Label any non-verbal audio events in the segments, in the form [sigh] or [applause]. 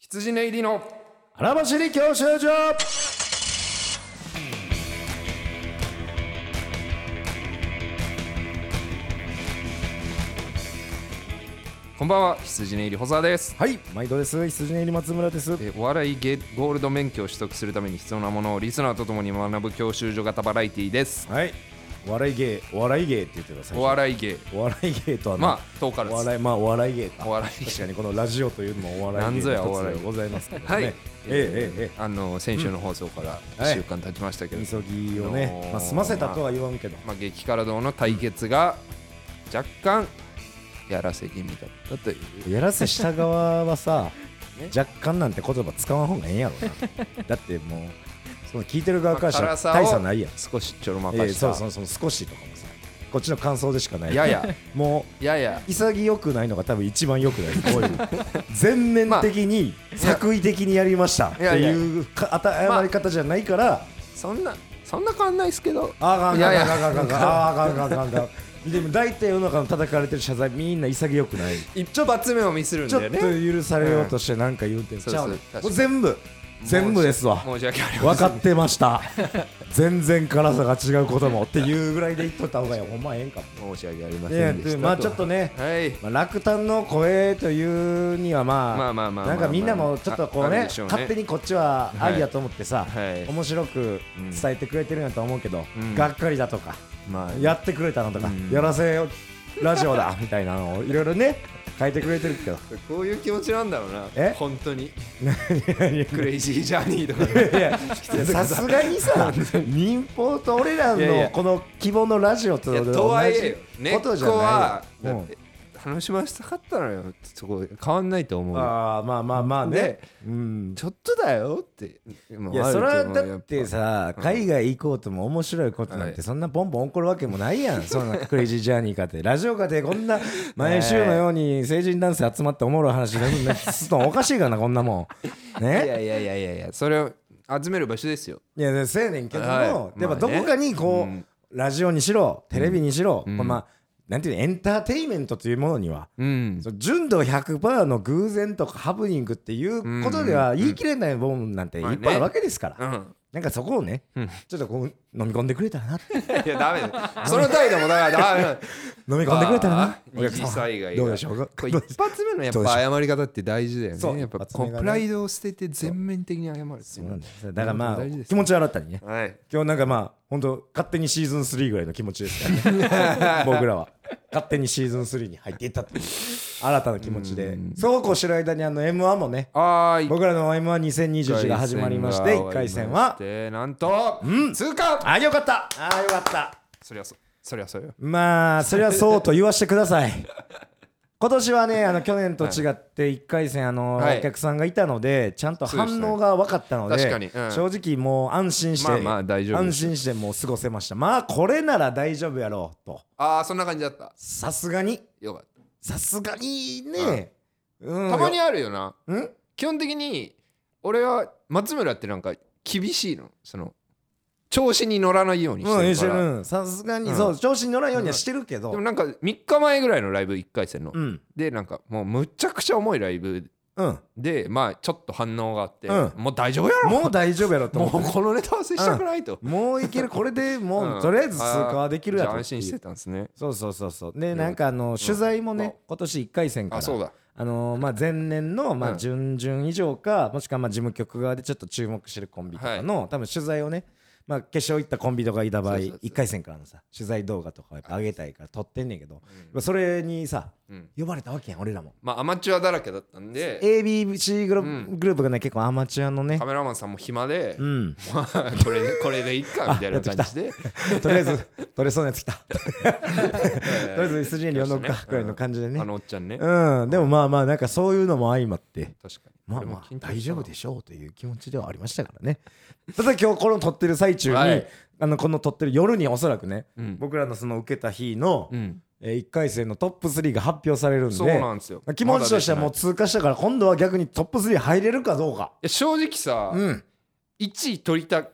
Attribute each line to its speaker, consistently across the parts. Speaker 1: 羊ネイリの
Speaker 2: 花走り教習所
Speaker 1: こんばんは羊ネイリ保沢です、
Speaker 2: はい毎度です羊入り松村です
Speaker 1: えーお笑いゲゴールド免許を取得するために必要なものをリスナーとともに学ぶ教習所型バラエティーです
Speaker 2: はいお笑い芸お笑い芸って言ってた最初
Speaker 1: お笑い芸
Speaker 2: お笑い芸とは
Speaker 1: まあ遠から
Speaker 2: お
Speaker 1: ず
Speaker 2: 笑いまあお笑い芸か
Speaker 1: お笑い芸
Speaker 2: 確かにこのラジオというのもお笑い
Speaker 1: なん
Speaker 2: 芸
Speaker 1: ぞや
Speaker 2: の
Speaker 1: お
Speaker 2: 一つ
Speaker 1: 笑い
Speaker 2: でございますけどね
Speaker 1: はい
Speaker 2: えええええ
Speaker 1: あの先週の放送から
Speaker 2: うん
Speaker 1: 1週間経ちましたけ
Speaker 2: え
Speaker 1: ど、
Speaker 2: 急ぎを
Speaker 1: あの
Speaker 2: ね
Speaker 1: ー
Speaker 2: まあ済ませたとは言わんけど
Speaker 1: まあ、激辛道の対決が若干やらせ気味だったという
Speaker 2: やらせした側はさ
Speaker 1: [laughs] ね
Speaker 2: 若干なんて言葉使わん方がええんやろ
Speaker 1: [laughs]
Speaker 2: なだってもうその聞いてる側からしたら
Speaker 1: 辛さ
Speaker 2: 大差
Speaker 1: を
Speaker 2: ないやん
Speaker 1: 少しちょろま
Speaker 2: え
Speaker 1: か
Speaker 2: え
Speaker 1: し
Speaker 2: そ
Speaker 1: た
Speaker 2: うそうそう少しとかもさこっちの感想でしかない
Speaker 1: やや
Speaker 2: もう
Speaker 1: やや
Speaker 2: 潔くないのが多分一番良くないこういう全面的に作為的にやりましたって
Speaker 1: いやいや
Speaker 2: いうかあた謝り方じゃないから
Speaker 1: そんなそんな変わんないですけど
Speaker 2: あああ
Speaker 1: いやいや
Speaker 2: あかんあかんあかんあかんあかんあかんあかんあかんでも大体世の中の叩かれてる謝罪みんな潔くない
Speaker 1: 一応罰目を見するん
Speaker 2: ちょっ
Speaker 1: だよね
Speaker 2: と許されようとしてなんか言うてんちゃうね
Speaker 1: そうそう確かに
Speaker 2: もう全部全部ですわ
Speaker 1: 申し訳ありま
Speaker 2: 分
Speaker 1: せん
Speaker 2: かってました全然辛さが違うこともっていうぐらいで言っとった方がいいほんまええんかも
Speaker 1: 申し訳ありま
Speaker 2: ね
Speaker 1: せんでし
Speaker 2: で
Speaker 1: た
Speaker 2: まあちょっとね
Speaker 1: はい
Speaker 2: まあ、落胆の声というにはまあ、
Speaker 1: まあまあまあまあまあ
Speaker 2: なんかみんなもちょっとこう
Speaker 1: ああ
Speaker 2: ね
Speaker 1: るでしょうね
Speaker 2: 勝手にこっちは
Speaker 1: はい
Speaker 2: 愛やと思ってさ、
Speaker 1: はい
Speaker 2: 面白く伝えてくれてるんやと思うけど、
Speaker 1: うん
Speaker 2: がっかりだとか、
Speaker 1: まあ
Speaker 2: やってくれたのとか、
Speaker 1: うん
Speaker 2: やらせラジオだ [laughs] みたいなのをいろいろね書いてくれてるけど
Speaker 1: こういう気持ちなんだろうな
Speaker 2: え
Speaker 1: 本当にクレイジージャーニーと
Speaker 2: [laughs]
Speaker 1: か
Speaker 2: いやさすがにさ民放と俺ら
Speaker 1: いやいや
Speaker 2: のこの希望のラジオと
Speaker 1: いや
Speaker 2: 同じ
Speaker 1: とはいえよ根っ
Speaker 2: こ
Speaker 1: こと
Speaker 2: じゃないよ
Speaker 1: はだ
Speaker 2: う
Speaker 1: っ
Speaker 2: ん
Speaker 1: て楽しませたかったのよそこ変わんないと思うよ
Speaker 2: あーまあまあまあね
Speaker 1: で、
Speaker 2: うん、
Speaker 1: ちょっとだよって
Speaker 2: いやそれはだってさ海外行こうとも面白いことなん
Speaker 1: は
Speaker 2: て
Speaker 1: い
Speaker 2: そんなポンポン起こるわけもない [laughs] やんそんなクレイジージャーニーかってラジオかてこんな毎週のように成人男性集まっておもろい話なんかすとんおかしいからなこんなも
Speaker 1: い
Speaker 2: んね
Speaker 1: やいやいやいやいやそれを集める場所ですよ
Speaker 2: いやせやねんけど
Speaker 1: はい
Speaker 2: もやっ
Speaker 1: ま
Speaker 2: ぱ
Speaker 1: あね
Speaker 2: どこかにこ
Speaker 1: うん
Speaker 2: うラジオにしろテレビにしろ
Speaker 1: うん
Speaker 2: まあまあなんていうのエンターテインメントというものには
Speaker 1: うん
Speaker 2: その純度100%の偶然とかハプニングっていうことでは言い切れないもんなんていっぱいあるわけですから
Speaker 1: うん
Speaker 2: なんかそこをね、ちょっとこう飲み込んでくれたらなって
Speaker 1: いやダメだその態度もだからダメだ
Speaker 2: 飲み込んでくれたらな
Speaker 1: あー二次災害が
Speaker 2: どうでしょうか
Speaker 1: これ一発目のやっぱ謝り方って大事だよ
Speaker 2: そう
Speaker 1: ねやっぱ
Speaker 2: 一発
Speaker 1: こ
Speaker 2: 目が
Speaker 1: う
Speaker 2: ね
Speaker 1: プライドを捨てて全面的に謝るって
Speaker 2: そ
Speaker 1: いうう
Speaker 2: な
Speaker 1: の
Speaker 2: んですよだからま
Speaker 1: 大事で
Speaker 2: あ
Speaker 1: す
Speaker 2: 気持ちは新たにね
Speaker 1: はい
Speaker 2: 今日なんかまあ本当勝手にシーズン3ぐらいの気持ちです
Speaker 1: [laughs]
Speaker 2: からね僕らは勝手にシーズン3に入っていったという新たな気持ちでそうこうしてる間にあの m 1もね
Speaker 1: あー
Speaker 2: 僕らの m 1 2 2 1が始まりまして1回戦は
Speaker 1: なんと通過
Speaker 2: あよかったあよかった
Speaker 1: そりゃそそりゃそうよ
Speaker 2: まあそれはそうと言わせてくださ
Speaker 1: [laughs]
Speaker 2: い今年はねあの去年と違って1回戦あの、
Speaker 1: はい
Speaker 2: お客さんがいたのでちゃんと
Speaker 1: そうです
Speaker 2: 反
Speaker 1: ね
Speaker 2: 応が分かったので
Speaker 1: 確かにうん
Speaker 2: 正直もう安心して、
Speaker 1: まあまあ大丈夫で
Speaker 2: 安
Speaker 1: す
Speaker 2: 心してもう過ごせましたまあこれなら大丈夫やろうと
Speaker 1: ああそんな感じだった
Speaker 2: さすがに
Speaker 1: よかっ
Speaker 2: さすがにね、うん
Speaker 1: たたまにあるよなん基本的に俺は松村ってなんか厳しいのその調子に乗らないように
Speaker 2: うん、
Speaker 1: してるから
Speaker 2: うんさすがに、
Speaker 1: うん
Speaker 2: そう調子に乗らんようにはしてるけど
Speaker 1: でもなんか3日前ぐらいのライブ1回戦の
Speaker 2: うん
Speaker 1: でなんかもうむちゃくちゃ重いライブ
Speaker 2: うん
Speaker 1: でまあちょっと反応があって
Speaker 2: うん
Speaker 1: もう大丈夫やろ
Speaker 2: もう大丈夫やろと
Speaker 1: もう
Speaker 2: 思って
Speaker 1: このネタは接したくないと
Speaker 2: もういけるこれでもう、
Speaker 1: うん
Speaker 2: とりあえず通過はできる
Speaker 1: じ
Speaker 2: や
Speaker 1: ゃ
Speaker 2: ろ
Speaker 1: あ
Speaker 2: う
Speaker 1: 安心してたんですね
Speaker 2: そうそうそうそうで
Speaker 1: ん
Speaker 2: なんかあの取材も
Speaker 1: うん
Speaker 2: ね今年1回戦か
Speaker 1: あそう
Speaker 2: ら
Speaker 1: だ
Speaker 2: あのーまあ前年のま
Speaker 1: う
Speaker 2: あ
Speaker 1: ん
Speaker 2: 準々以上かもしくはまあ事務局側でちょっと注目してるコンビとかの多分取材をねまあ決勝行ったコンビとかいた場合
Speaker 1: そうそうそう
Speaker 2: 1回戦からのさ取材動画とかやっぱ上げたいから撮ってんねんけどまあそれにさ
Speaker 1: うん
Speaker 2: 呼ばれたわけやん俺らも
Speaker 1: まあアマチュアだらけだったんで
Speaker 2: ABC グループグループがね結構アマチュアのね
Speaker 1: カメラマンさんも暇で
Speaker 2: うん
Speaker 1: まあこれでこれでいいかみたいな感じで [laughs]
Speaker 2: とりあえず撮れそうなやつ来たとりあえず筋に呼んどく
Speaker 1: よ
Speaker 2: か
Speaker 1: しね
Speaker 2: ぐらいの感じでね
Speaker 1: あのおっちゃんね
Speaker 2: うんでもまあまあなんかそういうのも相まって
Speaker 1: 確かに
Speaker 2: まあ
Speaker 1: 俺も
Speaker 2: まあ
Speaker 1: 緊張したな
Speaker 2: 大丈夫でしょうという気持ちではありましたからね。 [laughs] ただ今日この撮ってる最中に、
Speaker 1: はい
Speaker 2: あのこの撮ってる夜におそらくね、
Speaker 1: うん
Speaker 2: 僕らのその受けた日の、
Speaker 1: うん
Speaker 2: え1回戦のトップ3が発表されるんで
Speaker 1: そうなんですよ
Speaker 2: 気持ちとしてはも
Speaker 1: ま
Speaker 2: う
Speaker 1: だ出ないい
Speaker 2: 通過したから今度は逆にトップ3入れるかどうか。
Speaker 1: や正直さ
Speaker 2: うん、
Speaker 1: 1位取りたか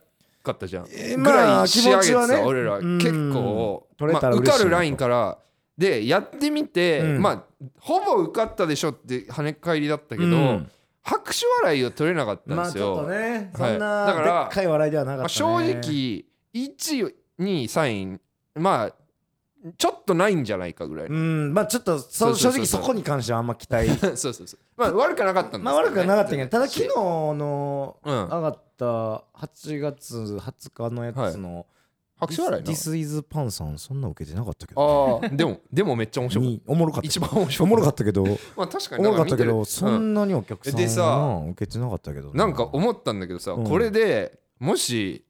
Speaker 1: ったじゃん
Speaker 2: え
Speaker 1: ぐ
Speaker 2: ーま
Speaker 1: ら
Speaker 2: あ
Speaker 1: い仕上げて
Speaker 2: 気持ちはね
Speaker 1: た俺ら
Speaker 2: うん
Speaker 1: 結構
Speaker 2: 取れ
Speaker 1: ま
Speaker 2: た
Speaker 1: あ
Speaker 2: ら
Speaker 1: 受
Speaker 2: 嬉しいな
Speaker 1: かるラインからでやってみて
Speaker 2: うん
Speaker 1: まあほぼ受かったでしょって跳ね返りだったけ
Speaker 2: う
Speaker 1: ど
Speaker 2: ん
Speaker 1: 拍手笑いを取れなかったん
Speaker 2: ま
Speaker 1: で
Speaker 2: あ
Speaker 1: す
Speaker 2: ち
Speaker 1: よ、
Speaker 2: ょっとね、
Speaker 1: はい
Speaker 2: そんな
Speaker 1: だから
Speaker 2: でっかい笑いではなか
Speaker 1: まあ
Speaker 2: った、ね
Speaker 1: 正直1にサインまあちょっとないんじゃないかぐらいの、
Speaker 2: うんまあちょっと
Speaker 1: そ
Speaker 2: そう
Speaker 1: そうそう
Speaker 2: 正
Speaker 1: そう
Speaker 2: 直そこに関してはあんま期
Speaker 1: [laughs]
Speaker 2: 待
Speaker 1: そうそうそうまあ悪くはなかったんですけど、ね、
Speaker 2: まあ悪くはなかったけ
Speaker 1: [laughs]
Speaker 2: どただ昨
Speaker 1: し
Speaker 2: 日の
Speaker 1: うん
Speaker 2: 上がった8月20日のやつの
Speaker 1: 拍手笑い
Speaker 2: デ
Speaker 1: な
Speaker 2: ィスイズパンさんそんな受けてなかったけど
Speaker 1: ああでもでもめっちゃ面白かっ
Speaker 2: におもろかったた
Speaker 1: 一番面白
Speaker 2: おもろか
Speaker 1: っ
Speaker 2: ったけど [laughs] おも
Speaker 1: たまあ確かに
Speaker 2: ろかったけ
Speaker 1: だら
Speaker 2: ど
Speaker 1: 見てる
Speaker 2: そんなにお客さん
Speaker 1: でさ
Speaker 2: な受けてなかったけど
Speaker 1: うんなんか思ったんだけどさ、
Speaker 2: うん
Speaker 1: これでもし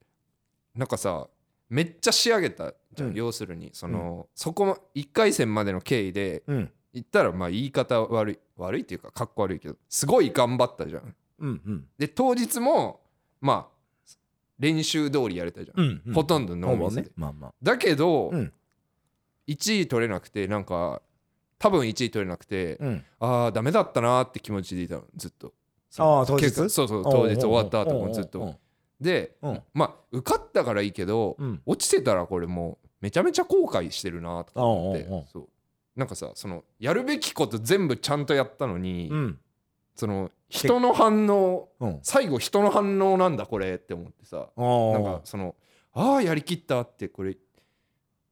Speaker 1: なんかさめっちゃ仕上げたじゃん、
Speaker 2: うん
Speaker 1: 要するにその、そこ1回戦までの経緯で
Speaker 2: うん
Speaker 1: 言ったらまあ言い方悪い悪いっていうかかっこ悪いけどすごい頑張ったじゃん
Speaker 2: うんうん
Speaker 1: で当日もまあ練習通りやれたじゃん、
Speaker 2: うんうん
Speaker 1: ほとんどノー
Speaker 2: ほ
Speaker 1: ミ
Speaker 2: ぼ
Speaker 1: スで、
Speaker 2: ねまあまあ
Speaker 1: だけど、
Speaker 2: うん
Speaker 1: 1位取れなくてなんか多分1位取れなくて、
Speaker 2: うん
Speaker 1: ああダメだったなーって気持ちでいたのずっと
Speaker 2: ああ当日
Speaker 1: 結果そうそう当日終わった後
Speaker 2: おうおうおうお
Speaker 1: も
Speaker 2: う
Speaker 1: ずっとで、
Speaker 2: うん
Speaker 1: まあ受かったからいいけど、
Speaker 2: うん
Speaker 1: 落ちてたらこれもうめちゃめちゃ後悔してるなとか思って
Speaker 2: おうおうおう
Speaker 1: そうなんかさそのやるべきこと全部ちゃんとやったのに、
Speaker 2: うん
Speaker 1: その人の反応
Speaker 2: うん
Speaker 1: 最後人の反応なんだこれって思ってさなんかそのああやりきったってこれ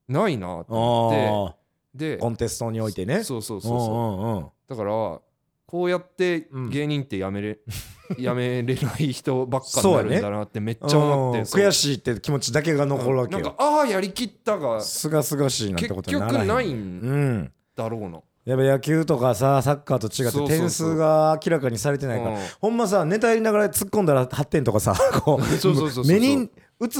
Speaker 1: ないなって
Speaker 2: あ
Speaker 1: 思っ
Speaker 2: ー
Speaker 1: てで
Speaker 2: コンテストにおいてね
Speaker 1: そうそうそうそう
Speaker 2: うんうんうん
Speaker 1: だからこうやって
Speaker 2: うん
Speaker 1: 芸人ってやめ
Speaker 2: [laughs]
Speaker 1: れ、やめれない人ばっかに
Speaker 2: そう
Speaker 1: な
Speaker 2: や
Speaker 1: る
Speaker 2: ね
Speaker 1: んだなってめっちゃ思って、
Speaker 2: うん
Speaker 1: そう
Speaker 2: 悔しいって気持ちだけが残るわけ
Speaker 1: なん
Speaker 2: よ
Speaker 1: かああやりきったが
Speaker 2: すがすがしいなんて
Speaker 1: 結
Speaker 2: ことになら
Speaker 1: 局
Speaker 2: へん
Speaker 1: ない
Speaker 2: うんん
Speaker 1: だろうな、
Speaker 2: やっぱ野球とかさサッカーと違
Speaker 1: そうそうそ
Speaker 2: っ
Speaker 1: う
Speaker 2: て点数が明らかにされてないからほんまさネタやりながら突っ込んだら8点と
Speaker 1: [laughs]
Speaker 2: かさこ
Speaker 1: そうそうそうそう
Speaker 2: 目に映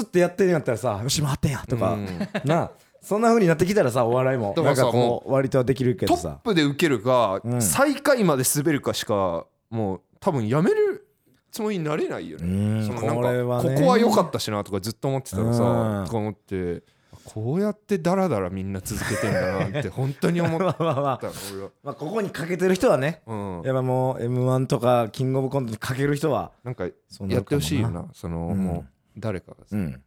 Speaker 2: ってやってんやったらさよしもう8点やとか、
Speaker 1: うん
Speaker 2: なあそんな風になってきたらさお笑いも
Speaker 1: だか
Speaker 2: な
Speaker 1: ら
Speaker 2: ん
Speaker 1: さ
Speaker 2: かこう割とできるけ
Speaker 1: ト
Speaker 2: ど
Speaker 1: ッ
Speaker 2: さ
Speaker 1: プで受けるか、
Speaker 2: うん
Speaker 1: 最下位まで滑るかしかもう多分やめるつもりになれないよ
Speaker 2: う
Speaker 1: ね、
Speaker 2: ん
Speaker 1: そのなん
Speaker 2: こ
Speaker 1: か
Speaker 2: れはね
Speaker 1: ここは良かったしなとかずっと思ってたらさ、
Speaker 2: うん
Speaker 1: とか思ってこうやってダラダラみんな続けてんだなって本当に思っ
Speaker 2: まあまあまあ [laughs]
Speaker 1: た俺は、
Speaker 2: まあここにかけてる人はね
Speaker 1: うん、
Speaker 2: やっぱもう m 1とかキングオブコントにかける人は
Speaker 1: なんか
Speaker 2: そうな
Speaker 1: やっ
Speaker 2: る
Speaker 1: てほ
Speaker 2: かも
Speaker 1: しいよなその、
Speaker 2: うん
Speaker 1: もう誰かがさ、
Speaker 2: うん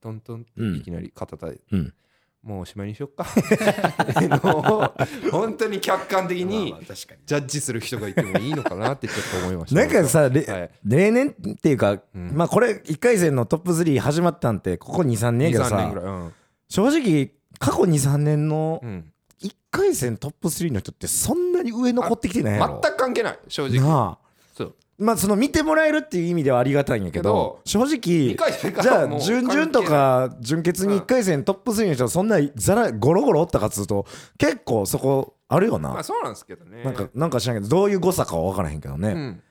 Speaker 1: トントン
Speaker 2: うん
Speaker 1: っていきなり肩叩いて、
Speaker 2: うん
Speaker 1: もうおしまいにしよっか [laughs] ってのを本当に客観的に
Speaker 2: まあまあ確かに
Speaker 1: ジャッジする人がいてもいいのかなってちょっと思いました
Speaker 2: なんかさ、れ
Speaker 1: はい
Speaker 2: 例年っていうか、
Speaker 1: うん
Speaker 2: まあこれ1回戦のトップ3始まったんてここ23年やけ
Speaker 1: 23
Speaker 2: ど
Speaker 1: 年
Speaker 2: さ
Speaker 1: ぐらいうん
Speaker 2: 正直過去23年の
Speaker 1: うん
Speaker 2: 1回戦トップ3の人ってそんなに上残ってきてないやろ
Speaker 1: 全く関係ない正直
Speaker 2: なあ
Speaker 1: そう
Speaker 2: まあその見てもらえるっていう意味ではありがたいんやけど正直
Speaker 1: 二回戦か
Speaker 2: じゃ
Speaker 1: らも
Speaker 2: あ
Speaker 1: う
Speaker 2: 準々とか準決に1回戦トップ3の人そんなざらゴロゴロおったかっつうと結構そこあるよ
Speaker 1: まあ
Speaker 2: な
Speaker 1: そうなんですけどね
Speaker 2: なんかなんか知らんけどどういう誤差かは分からへんけどね、
Speaker 1: うん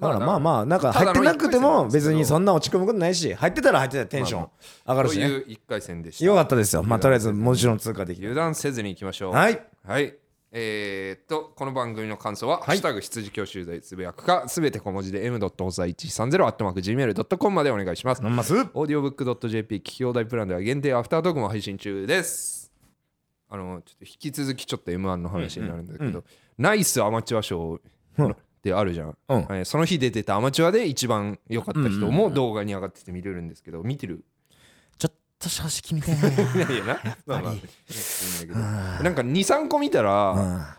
Speaker 2: だからまあ
Speaker 1: あ
Speaker 2: まあなんか
Speaker 1: た
Speaker 2: 入
Speaker 1: だ
Speaker 2: って
Speaker 1: の
Speaker 2: なくても
Speaker 1: 一回戦なん
Speaker 2: 別
Speaker 1: ですけど
Speaker 2: にそんな落ち込むことないし入ってたら入ってたらテンション上がる
Speaker 1: と
Speaker 2: しね
Speaker 1: いう一回戦でした
Speaker 2: よかったですよまあとりあえずもちろん通過できて
Speaker 1: 油断せずにいきましょう
Speaker 2: はい
Speaker 1: はい。えーっと、この番組の感想は、ハッシュタグ羊教習でつぶやくか、すべて小文字で m. 放送130 atmarkgmail.com までお願いします。
Speaker 2: 飲んます
Speaker 1: オーディオブック .jp 聞き放題プランでは限定アフタートークも配信中です。あの、ちょっと引き続きちょっと M1 の話になるんだけど、ナイスアマチュア賞
Speaker 2: うん
Speaker 1: であるじゃん。
Speaker 2: うん
Speaker 1: えーその日で出たアマチュアで一番良かった人も動画に上がってて見れるんですけど、見てる [laughs]
Speaker 2: ちょっと正直みたいな
Speaker 1: いやいやな。まあまあいいんだけどなんか2、3個見たら、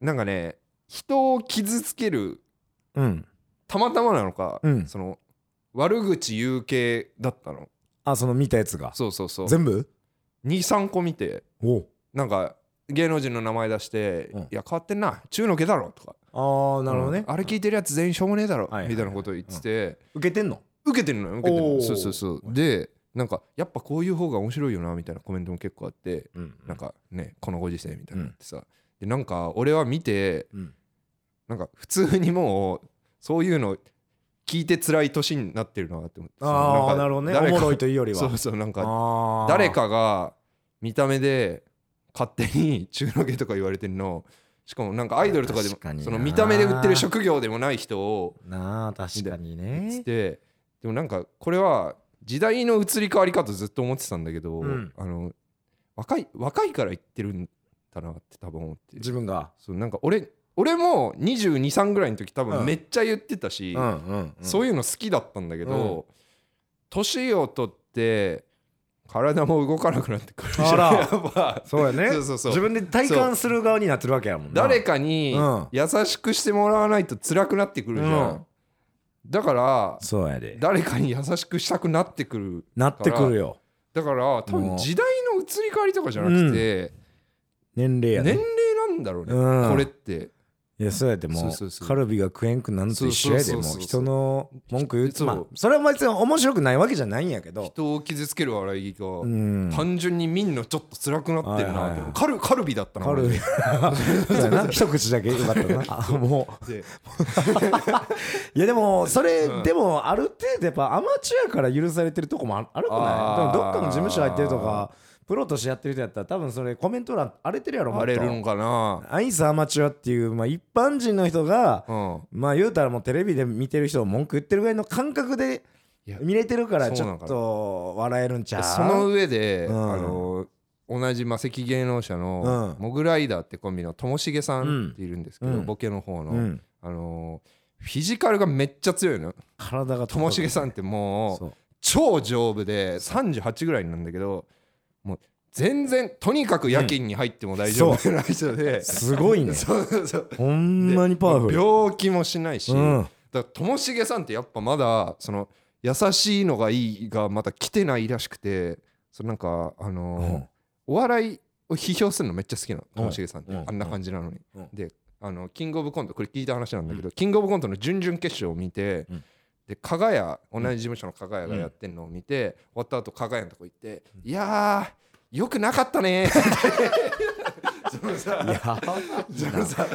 Speaker 1: なんかね人を傷つける
Speaker 2: [laughs] うん
Speaker 1: たまたまなのか、
Speaker 2: うん
Speaker 1: その悪口言う系だったの
Speaker 2: あその見たやつが
Speaker 1: そうそうそう
Speaker 2: 全部
Speaker 1: 23個見て
Speaker 2: お
Speaker 1: なんか芸能人の名前出して「
Speaker 2: うん
Speaker 1: いや変わってんな中の毛だろ」とか
Speaker 2: ああなるほど
Speaker 1: う
Speaker 2: ね
Speaker 1: んあれ聞いてるやつ全員しょうもねえだろ」
Speaker 2: はいはい
Speaker 1: みたいなことを言ってて、
Speaker 2: 受けてんの
Speaker 1: 受けてるのよ受けてる
Speaker 2: お
Speaker 1: の
Speaker 2: ー
Speaker 1: そうそうそうでなんかやっぱこういう方が面白いよなみたいなコメントも結構あって、
Speaker 2: うん
Speaker 1: なんかねこのご時世みたいなのってさ、でなんか俺は見て
Speaker 2: うん
Speaker 1: なんか普通にもうそういうの聞いて辛い年になってるなって思って
Speaker 2: あ
Speaker 1: そ
Speaker 2: あ
Speaker 1: の
Speaker 2: なるほどねお
Speaker 1: 誰か
Speaker 2: もろいというよりは
Speaker 1: そうそうなんか
Speaker 2: あー
Speaker 1: 誰かが見た目で勝手に中の毛とか言われてるのしかもなんかアイドルとかでも
Speaker 2: 確かにな
Speaker 1: その見た目で売ってる職業でもない人を
Speaker 2: なあ確かに
Speaker 1: つっ
Speaker 2: ね
Speaker 1: てでもなんかこれは時代の移り変わりかとずっと思ってたんだけど、
Speaker 2: うん
Speaker 1: あの若い若いから言ってるんだなって多分思って
Speaker 2: 自分が
Speaker 1: そうなんか俺俺も223ぐらいの時多
Speaker 2: う
Speaker 1: 分
Speaker 2: ん
Speaker 1: めっちゃ言ってたし、
Speaker 2: うんうん
Speaker 1: そういうの好きだったんだけど、年を取って体も動かなくなってくるじゃん
Speaker 2: あら
Speaker 1: やっぱ
Speaker 2: そうや
Speaker 1: [laughs]
Speaker 2: ね
Speaker 1: そうそうそう
Speaker 2: 自分で体感する側になってるわけやもんな
Speaker 1: 誰かに
Speaker 2: うん
Speaker 1: 優しくしてもらわないと辛くなってくるじゃん、
Speaker 2: うん
Speaker 1: だから
Speaker 2: そうやで
Speaker 1: 誰かに優しくしたくなってくる
Speaker 2: なってくるよ
Speaker 1: だから多
Speaker 2: も
Speaker 1: 分
Speaker 2: う
Speaker 1: 時代の移り変わりとかじゃなくて、
Speaker 2: 年齢や
Speaker 1: 年
Speaker 2: ね
Speaker 1: 齢なんだろうね、
Speaker 2: うん
Speaker 1: これって
Speaker 2: いやそうやっても
Speaker 1: そう
Speaker 2: う
Speaker 1: そうそう
Speaker 2: カルビが食えんくなんと一緒やで
Speaker 1: そうそう
Speaker 2: も
Speaker 1: そうそう
Speaker 2: う人の文句言う
Speaker 1: そ
Speaker 2: と
Speaker 1: う
Speaker 2: まあそれは別に面白くないわけじゃないんやけど
Speaker 1: 人を傷つける笑いが、
Speaker 2: うん
Speaker 1: 単純にみんなちょっと辛くなってるなって、
Speaker 2: はいはい
Speaker 1: カルカルビだったな
Speaker 2: カ
Speaker 1: [laughs]
Speaker 2: ルビそうやな一口だけよかったなあもう
Speaker 1: 俺で
Speaker 2: いやでもそれ
Speaker 1: うん
Speaker 2: でもある程度やっぱアマチュアから許されてるとこもああるくないで
Speaker 1: あー
Speaker 2: もどっかの事務所入ってるとかプロとしてやってる人やったら多分それコメント欄荒れてるやろもっと
Speaker 1: 荒れるのかな
Speaker 2: アイスアマチュアっていう、まあ、一般人の人が、
Speaker 1: うん
Speaker 2: まあ言うたらもうテレビで見てる人を文句言ってるぐらいの感覚で
Speaker 1: いや
Speaker 2: 見れてるからち
Speaker 1: そうなの
Speaker 2: ょっ
Speaker 1: かな
Speaker 2: と笑えるんちゃう
Speaker 1: その上で、
Speaker 2: うん
Speaker 1: あの同じ魔石芸能者の、
Speaker 2: うん
Speaker 1: モグライダーってコンビのともしげさんっているんですけど、
Speaker 2: うん
Speaker 1: ボケの方の、
Speaker 2: うん、
Speaker 1: あのフィジカルがめっちゃ強いの
Speaker 2: 体が
Speaker 1: ともしげさんってもう超丈夫で38ぐらいなんだけどもう全然とにかく夜勤に入っても大丈夫な人で、
Speaker 2: すごいね
Speaker 1: そうそうそう
Speaker 2: ほんまにパワフル
Speaker 1: 病気もしないし、
Speaker 2: うん
Speaker 1: だからともしげさんってやっぱまだその優しいのがいいがまた来てないらしくてそのなんかあのー
Speaker 2: うん
Speaker 1: お笑いを批評するのめっちゃ好きなのともしげさんって、
Speaker 2: うん
Speaker 1: あんな感じなのに、
Speaker 2: うん
Speaker 1: であのキングオブコントこれ聞いた話なんだけど、キングオブコントの準々決勝を見て、
Speaker 2: うん
Speaker 1: で加賀谷同じ事務所の加賀谷がやってんのを見て、終わった後加賀谷のとこ行って「いやーよくなかったね」って
Speaker 2: [laughs]
Speaker 1: そのさ
Speaker 2: いや
Speaker 1: そのさ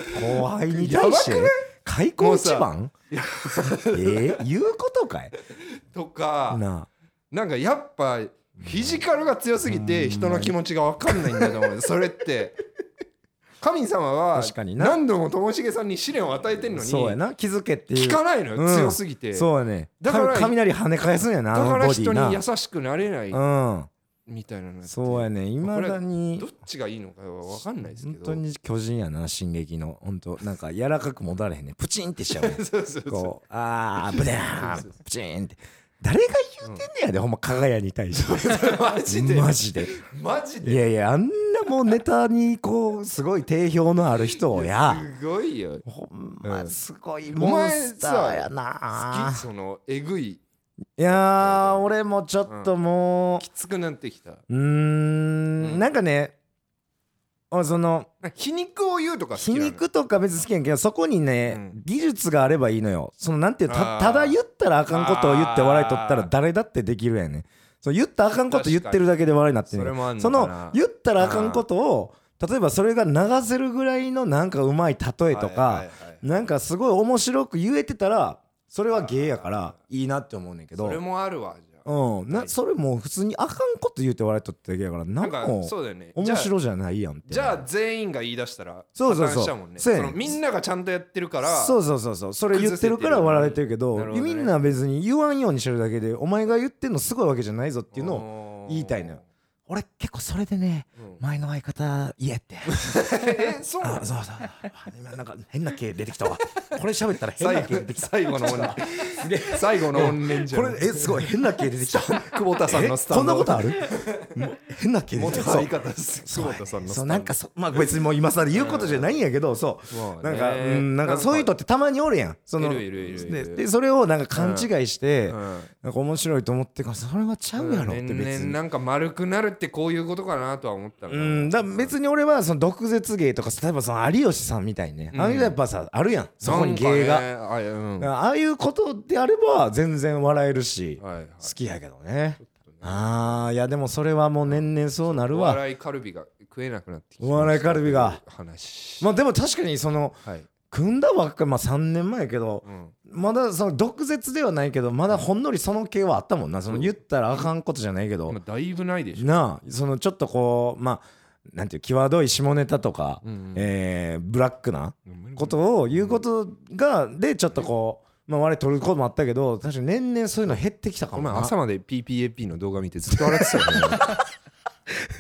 Speaker 2: 後輩に対して
Speaker 1: や
Speaker 2: 開口一番えー、言うことかい
Speaker 1: とか。
Speaker 2: な
Speaker 1: なんかやっぱフィジカルが強すぎて人の気持ちが分かんないんだと思うよそれって神様は
Speaker 2: 確かにな
Speaker 1: 何度もともしげさんに試練を与えてん
Speaker 2: あ
Speaker 1: のに
Speaker 2: そうや
Speaker 1: 聞
Speaker 2: な気づけっていう
Speaker 1: かないのよ
Speaker 2: うん
Speaker 1: 強すぎてだ
Speaker 2: そうやね
Speaker 1: だから
Speaker 2: 雷跳ね返すんやなあの
Speaker 1: から
Speaker 2: ボディ
Speaker 1: 人
Speaker 2: な
Speaker 1: に優しくなれない
Speaker 2: うん
Speaker 1: みたいなのやって
Speaker 2: そうやねいまだに
Speaker 1: どっちがいいのかは分かんないですけ
Speaker 2: 本
Speaker 1: ど
Speaker 2: 当に巨人やな進撃の本当なんか柔らかくもたれへんねプチンってしちゃうね
Speaker 1: [laughs] そうそうそ
Speaker 2: こうああブデャーンプチンって誰が言うてんねやで、ほんま加賀谷に対して
Speaker 1: うマジで
Speaker 2: マジで
Speaker 1: マジ
Speaker 2: い
Speaker 1: で
Speaker 2: やいやあんなもうネタにこうすごい定評のある人や
Speaker 1: すごいよ
Speaker 2: ほん
Speaker 1: う
Speaker 2: ま
Speaker 1: ん
Speaker 2: すごい
Speaker 1: お
Speaker 2: モン
Speaker 1: 前
Speaker 2: スターや
Speaker 1: 好
Speaker 2: な
Speaker 1: きそのえぐい
Speaker 2: いやー俺もちょっとも
Speaker 1: きつくなってきた
Speaker 2: ううーんなんかねあその
Speaker 1: なんか皮肉を言うとか好き
Speaker 2: 皮
Speaker 1: なの
Speaker 2: 肉とか別に好きやんけどそこにね、
Speaker 1: うん
Speaker 2: 技術があればいいのよそのなんていうた
Speaker 1: あー
Speaker 2: ただ言ったらあかんことを言って笑い取ったら誰だってできるやんねそう言ったらあかんこと言ってるだけで笑いになって
Speaker 1: そ
Speaker 2: る
Speaker 1: れもあんの
Speaker 2: そ
Speaker 1: かな
Speaker 2: の言ったらあかんことを例えばそれが流せるぐらいのなんかうまい例えとか、
Speaker 1: はいはいはい
Speaker 2: なんかすごい面白く言えてたらそれは芸やからいいなって思うねんけど
Speaker 1: それもあるわじゃあ
Speaker 2: うん、
Speaker 1: は
Speaker 2: ないそれもう普通にあかんこと言うて笑い取っただけやから
Speaker 1: な
Speaker 2: なんんか
Speaker 1: か
Speaker 2: も
Speaker 1: そうだよね
Speaker 2: 面
Speaker 1: じゃあ
Speaker 2: 白じゃないやんって
Speaker 1: じゃあ全員が言い出したら
Speaker 2: そうそうそ
Speaker 1: 破綻
Speaker 2: う
Speaker 1: したもんね
Speaker 2: そうやね
Speaker 1: のみんながちゃんとやってるから
Speaker 2: そうそうそうそうそれ言ってるから笑われてるけど
Speaker 1: なるほどね
Speaker 2: みんな別に言わんようにしてるだけでお前が言ってんのすごいわけじゃないぞっていうのを
Speaker 1: の
Speaker 2: 言いたいのよ俺結構それでね前の相方言えって
Speaker 1: [laughs] ええそうな
Speaker 2: あ
Speaker 1: の
Speaker 2: そうそうあ今なんか変な系出てきたわこれ喋ったら変
Speaker 1: 最
Speaker 2: な
Speaker 1: 後
Speaker 2: 系出てきた
Speaker 1: 最後の怨念最後の怨念じゃ
Speaker 2: こ
Speaker 1: ん
Speaker 2: れえすごい変な系出てきた
Speaker 1: [laughs] 久保田さんのスタ
Speaker 2: こ
Speaker 1: ン
Speaker 2: ん
Speaker 1: ド [laughs]
Speaker 2: なことあるもう変な系出
Speaker 1: 元
Speaker 2: てきたそう
Speaker 1: 相方です
Speaker 2: そう
Speaker 1: 久保田さんのスタ
Speaker 2: そう
Speaker 1: ン
Speaker 2: なんかそまあ別にもう今更言うことじゃないんやけどそう
Speaker 1: ド
Speaker 2: なんか、うん、なんかそういう人ってたまにおるやん。その
Speaker 1: いるいるいるい
Speaker 2: で
Speaker 1: る
Speaker 2: でそれをなんか勘違いして、
Speaker 1: うん
Speaker 2: なんか面白いと思ってるからそれはちゃうやろって別
Speaker 1: 年々
Speaker 2: に。
Speaker 1: なんか丸くなるってこういうことかなとは思ったの
Speaker 2: うん、だから別に俺はその毒舌芸とか例えばその有吉さんみたいにね、ああいうのやっぱさあるやんそこに芸が、
Speaker 1: なんかねあうん
Speaker 2: だからああいうことであれば全然笑えるし、
Speaker 1: はいはい
Speaker 2: 好きやけどねああいやでもそれはもう年々そうなる
Speaker 1: お
Speaker 2: わ
Speaker 1: 笑いカルビが食えなくなってきて
Speaker 2: お笑いカルビが
Speaker 1: 話
Speaker 2: まあでも確かにその
Speaker 1: はい
Speaker 2: 組んだばっかりまあ3年前やけど、
Speaker 1: うん
Speaker 2: まだその毒舌ではないけどまだほんのりその系はあったもんなその言ったらあかんことじゃないけど
Speaker 1: 今だいぶないでしょ
Speaker 2: なあそのちょっとこうまあなんていう際どい下ネタとか
Speaker 1: うんうん
Speaker 2: えーブラックなことを言うことがでちょっとこうまあ我々取ることもあったけど確かに年々そういうの減ってきた
Speaker 1: お
Speaker 2: かも
Speaker 1: 前
Speaker 2: な [laughs]
Speaker 1: 朝まで PPAP の動画見てずっと笑ってたよね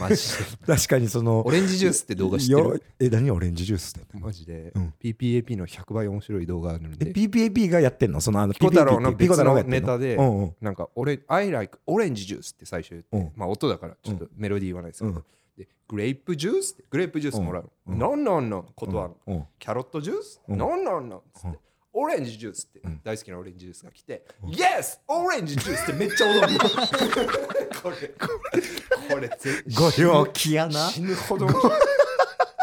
Speaker 1: マジで
Speaker 2: 確かにその
Speaker 1: オレンジジュースって動画知って
Speaker 2: よ
Speaker 1: る
Speaker 2: え何オレンジジュースって
Speaker 1: マジで、
Speaker 2: うん
Speaker 1: PPAP の100倍面白い動画あるん
Speaker 2: え
Speaker 1: で
Speaker 2: PPAP がやってんのそのあの
Speaker 1: ピコ太郎
Speaker 2: PPAP っ
Speaker 1: の
Speaker 2: てピコ
Speaker 1: 別
Speaker 2: 太郎がや
Speaker 1: の
Speaker 2: って
Speaker 1: ネ
Speaker 2: んの
Speaker 1: タで
Speaker 2: うんうん
Speaker 1: なんか俺「I like orange juice」って最初言って、
Speaker 2: うん
Speaker 1: まあ音だからちょっとメロディー言わないですけど、
Speaker 2: うん
Speaker 1: でグレープジュースってグレープジュースもらう
Speaker 2: うんう
Speaker 1: の
Speaker 2: ん
Speaker 1: 「ノンノンノン」断るの
Speaker 2: うん
Speaker 1: キャロットジュース
Speaker 2: うん
Speaker 1: ノンノンノン」つ
Speaker 2: う
Speaker 1: っ
Speaker 2: ん
Speaker 1: て「オレンジジュース」って
Speaker 2: ん
Speaker 1: 大好きなオレンジジュースが来て「Yes! オレンジジュース」ってめっちゃ踊るのこれこれぜ
Speaker 2: ご陽気やな
Speaker 1: 死ぬほど面白い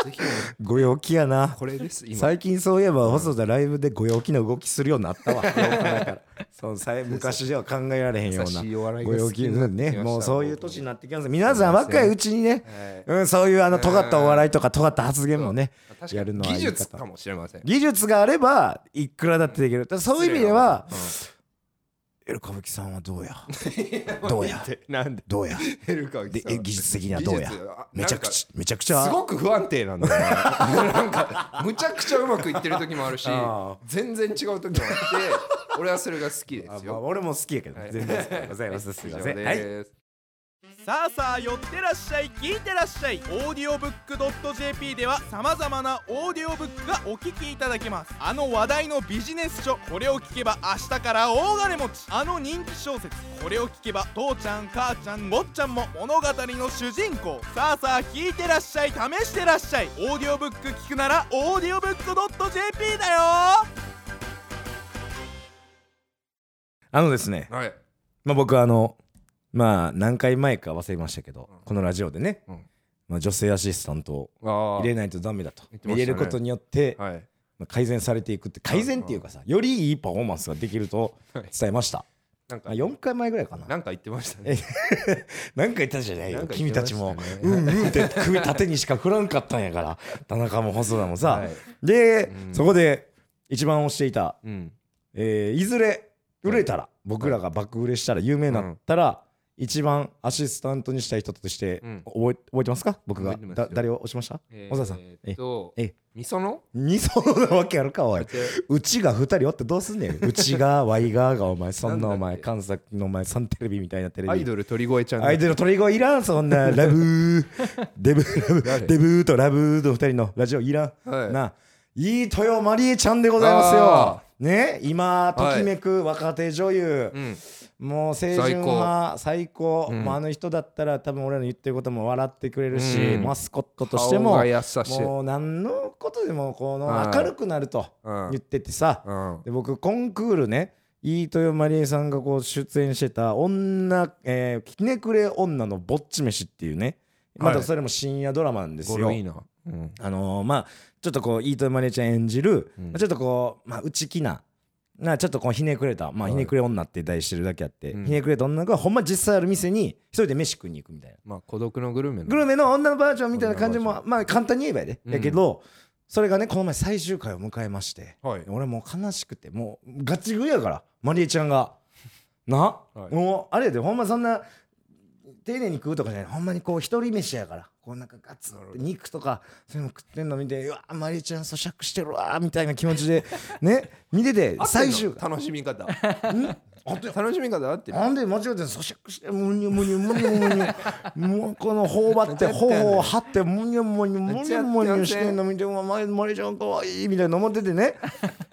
Speaker 1: ぜひもう
Speaker 2: ご陽気やな
Speaker 1: これです今
Speaker 2: 最近そういえば細田ライブでご陽気な動きするようになったわよく考えたらそのさ昔では考えられへんよ
Speaker 1: 優しいう
Speaker 2: な
Speaker 1: 笑い
Speaker 2: ご
Speaker 1: が
Speaker 2: 陽
Speaker 1: 好き
Speaker 2: 気
Speaker 1: になってきました
Speaker 2: ねもうそういう年になってきます皆さん若いうちにね
Speaker 1: はい
Speaker 2: うんそういうあの尖ったお笑いとか尖った発言もね
Speaker 1: 確
Speaker 2: や
Speaker 1: か
Speaker 2: る
Speaker 1: に
Speaker 2: のは
Speaker 1: 技
Speaker 2: いい
Speaker 1: 術
Speaker 2: か
Speaker 1: か
Speaker 2: と
Speaker 1: もしれません
Speaker 2: 技術があればいくらだってできるただそういう意味ではエル歌舞伎さんはどうやどうや
Speaker 1: うんなんで
Speaker 2: どうや
Speaker 1: ヘルカー
Speaker 2: でえ技術的にはどうやめちゃくちゃめちゃくちゃ
Speaker 1: すごく不安定なんだよ [laughs] ななんかむちゃくちゃうまくいってる時もあるし
Speaker 2: あ
Speaker 1: 全然違う時もあって俺はそれが好きで
Speaker 2: あ
Speaker 1: す
Speaker 2: まあ
Speaker 1: よ
Speaker 2: 俺も好きやけど
Speaker 1: はい
Speaker 2: 全然好きでござ
Speaker 1: [laughs]
Speaker 2: いますす
Speaker 1: 以
Speaker 2: い
Speaker 1: 上
Speaker 2: ま
Speaker 1: で
Speaker 2: せんはい
Speaker 1: す
Speaker 3: さあさあ寄ってらっしゃい聞いてらっしゃいオーディオブックドット JP ではさまざまなオーディオブックがお聞きいただけますあの話題のビジネス書これを聞けば明日から大金持ちあの人気小説これを聞けば父ちゃん母ちゃん坊ちゃんも物語の主人公さあさあ聞いてらっしゃい試してらっしゃいオーディオブック聞くならオーディオブックドット JP だよ
Speaker 2: あのですね
Speaker 1: はい
Speaker 2: まあ、僕あのまあ何回前か忘れましたけど、このラジオでね、
Speaker 1: うん
Speaker 2: まあ、女性アシスタントを
Speaker 1: あー
Speaker 2: 入れないとダメだと
Speaker 1: 言ってま
Speaker 2: 入
Speaker 1: したね
Speaker 2: れることによって、
Speaker 1: はい
Speaker 2: まあ、改善されていくって改善っていうかさよりいいパフォーマンスができると
Speaker 1: はい
Speaker 2: 伝えました、
Speaker 1: なんか
Speaker 2: まあ、4回前ぐらいかな
Speaker 1: なんか言ってましたね
Speaker 2: なんか言ったじゃないよ
Speaker 1: なんか言
Speaker 2: 君
Speaker 1: って
Speaker 2: た
Speaker 1: ま
Speaker 2: ち
Speaker 1: したね
Speaker 2: も、うんうんって首縦にしか振らんかったんやから田中も細田もさ、
Speaker 1: はい
Speaker 2: で、
Speaker 1: うん
Speaker 2: そこで一番推していた
Speaker 1: うん
Speaker 2: えーいずれ売れたら、僕らが爆売れしたら有名になったら、一番アシスタントにしたい人として、
Speaker 1: うん
Speaker 2: 覚え覚えてますか僕が
Speaker 1: 覚えてますよ
Speaker 2: だ誰を押しました
Speaker 1: えー
Speaker 2: 小沢さん
Speaker 1: えっと
Speaker 2: ええ
Speaker 1: みその
Speaker 2: 二層なわけある
Speaker 1: [laughs]
Speaker 2: かおいうんうちが2人おってどうすんねんうちがワイガーがお前そんなお
Speaker 1: なんだっ
Speaker 2: 前
Speaker 1: け
Speaker 2: 関西のお前サンテレビみたいなテレビ
Speaker 1: アイドル鳥越ちゃん
Speaker 2: アイドル鳥越いらんそんなラブー
Speaker 1: [laughs]
Speaker 2: デブラ
Speaker 1: 誰
Speaker 2: ブデブーとラブーと2人のラジオいらん、
Speaker 1: はい
Speaker 2: ないい豊まりえちゃんでございますよ
Speaker 1: あ
Speaker 2: ね今ときめく若手女優、
Speaker 1: うん
Speaker 2: もう青春は最高
Speaker 1: うん
Speaker 2: もうあの人だったら多分俺らの言ってることも笑ってくれるし、
Speaker 1: うん
Speaker 2: マスコットとしても
Speaker 1: 顔が優しい
Speaker 2: もう何のことでもこ
Speaker 1: は
Speaker 2: の
Speaker 1: い
Speaker 2: 明るくなると
Speaker 1: うん
Speaker 2: 言っててさ、
Speaker 1: うん
Speaker 2: で僕コンクールね飯豊まりえさんがこう出演してた「女、えー、きねくれ女のぼっち飯」っていうねまた
Speaker 1: はい
Speaker 2: それも深夜ドラマなんです
Speaker 1: 語
Speaker 2: よ。
Speaker 1: 呂いいなうん
Speaker 2: あのーまあちょっとこう飯豊まりえちゃん演じる、
Speaker 1: うん
Speaker 2: まあちょっとこう、まあ、内気ななちょっとこうひねくれた、まあ、
Speaker 1: はい
Speaker 2: ひねくれ女って題してるだけあって、
Speaker 1: うん
Speaker 2: ひねくれた女がほんま実際ある店に一人で飯食いに行くみたいな、
Speaker 1: まあ孤独のグルメの
Speaker 2: グルメの女のバージョンみたいな感じ
Speaker 1: 女
Speaker 2: もまあ簡単に言えばやで、
Speaker 1: うん
Speaker 2: やけどそれがねこの前最終回を迎えまして
Speaker 1: はい
Speaker 2: 俺もう悲しくてもうガチ食いやからまりえちゃ
Speaker 1: [laughs]
Speaker 2: んがな、
Speaker 1: はい
Speaker 2: もうあれやでほんまそんな丁寧に食うとかじゃないほんまにこう一人飯やからこうなんかガツンって肉とかそういうの食ってんの見てうわまりえちゃん咀嚼してるわみたいな気持ちでね見て
Speaker 1: [laughs] 合ってん
Speaker 2: て
Speaker 1: の
Speaker 2: 最終回
Speaker 1: 楽しみ
Speaker 2: [laughs]
Speaker 1: 方
Speaker 2: ん
Speaker 1: 楽しみ方合ってる
Speaker 2: なんで間違えてんの咀嚼してむにゅむにゅむにゅむにゅもうこの頬張って頬を張ってむにゅむにゅむにゅむにゅしてんの見てうわままりえちゃんかわいいみたいな思っててね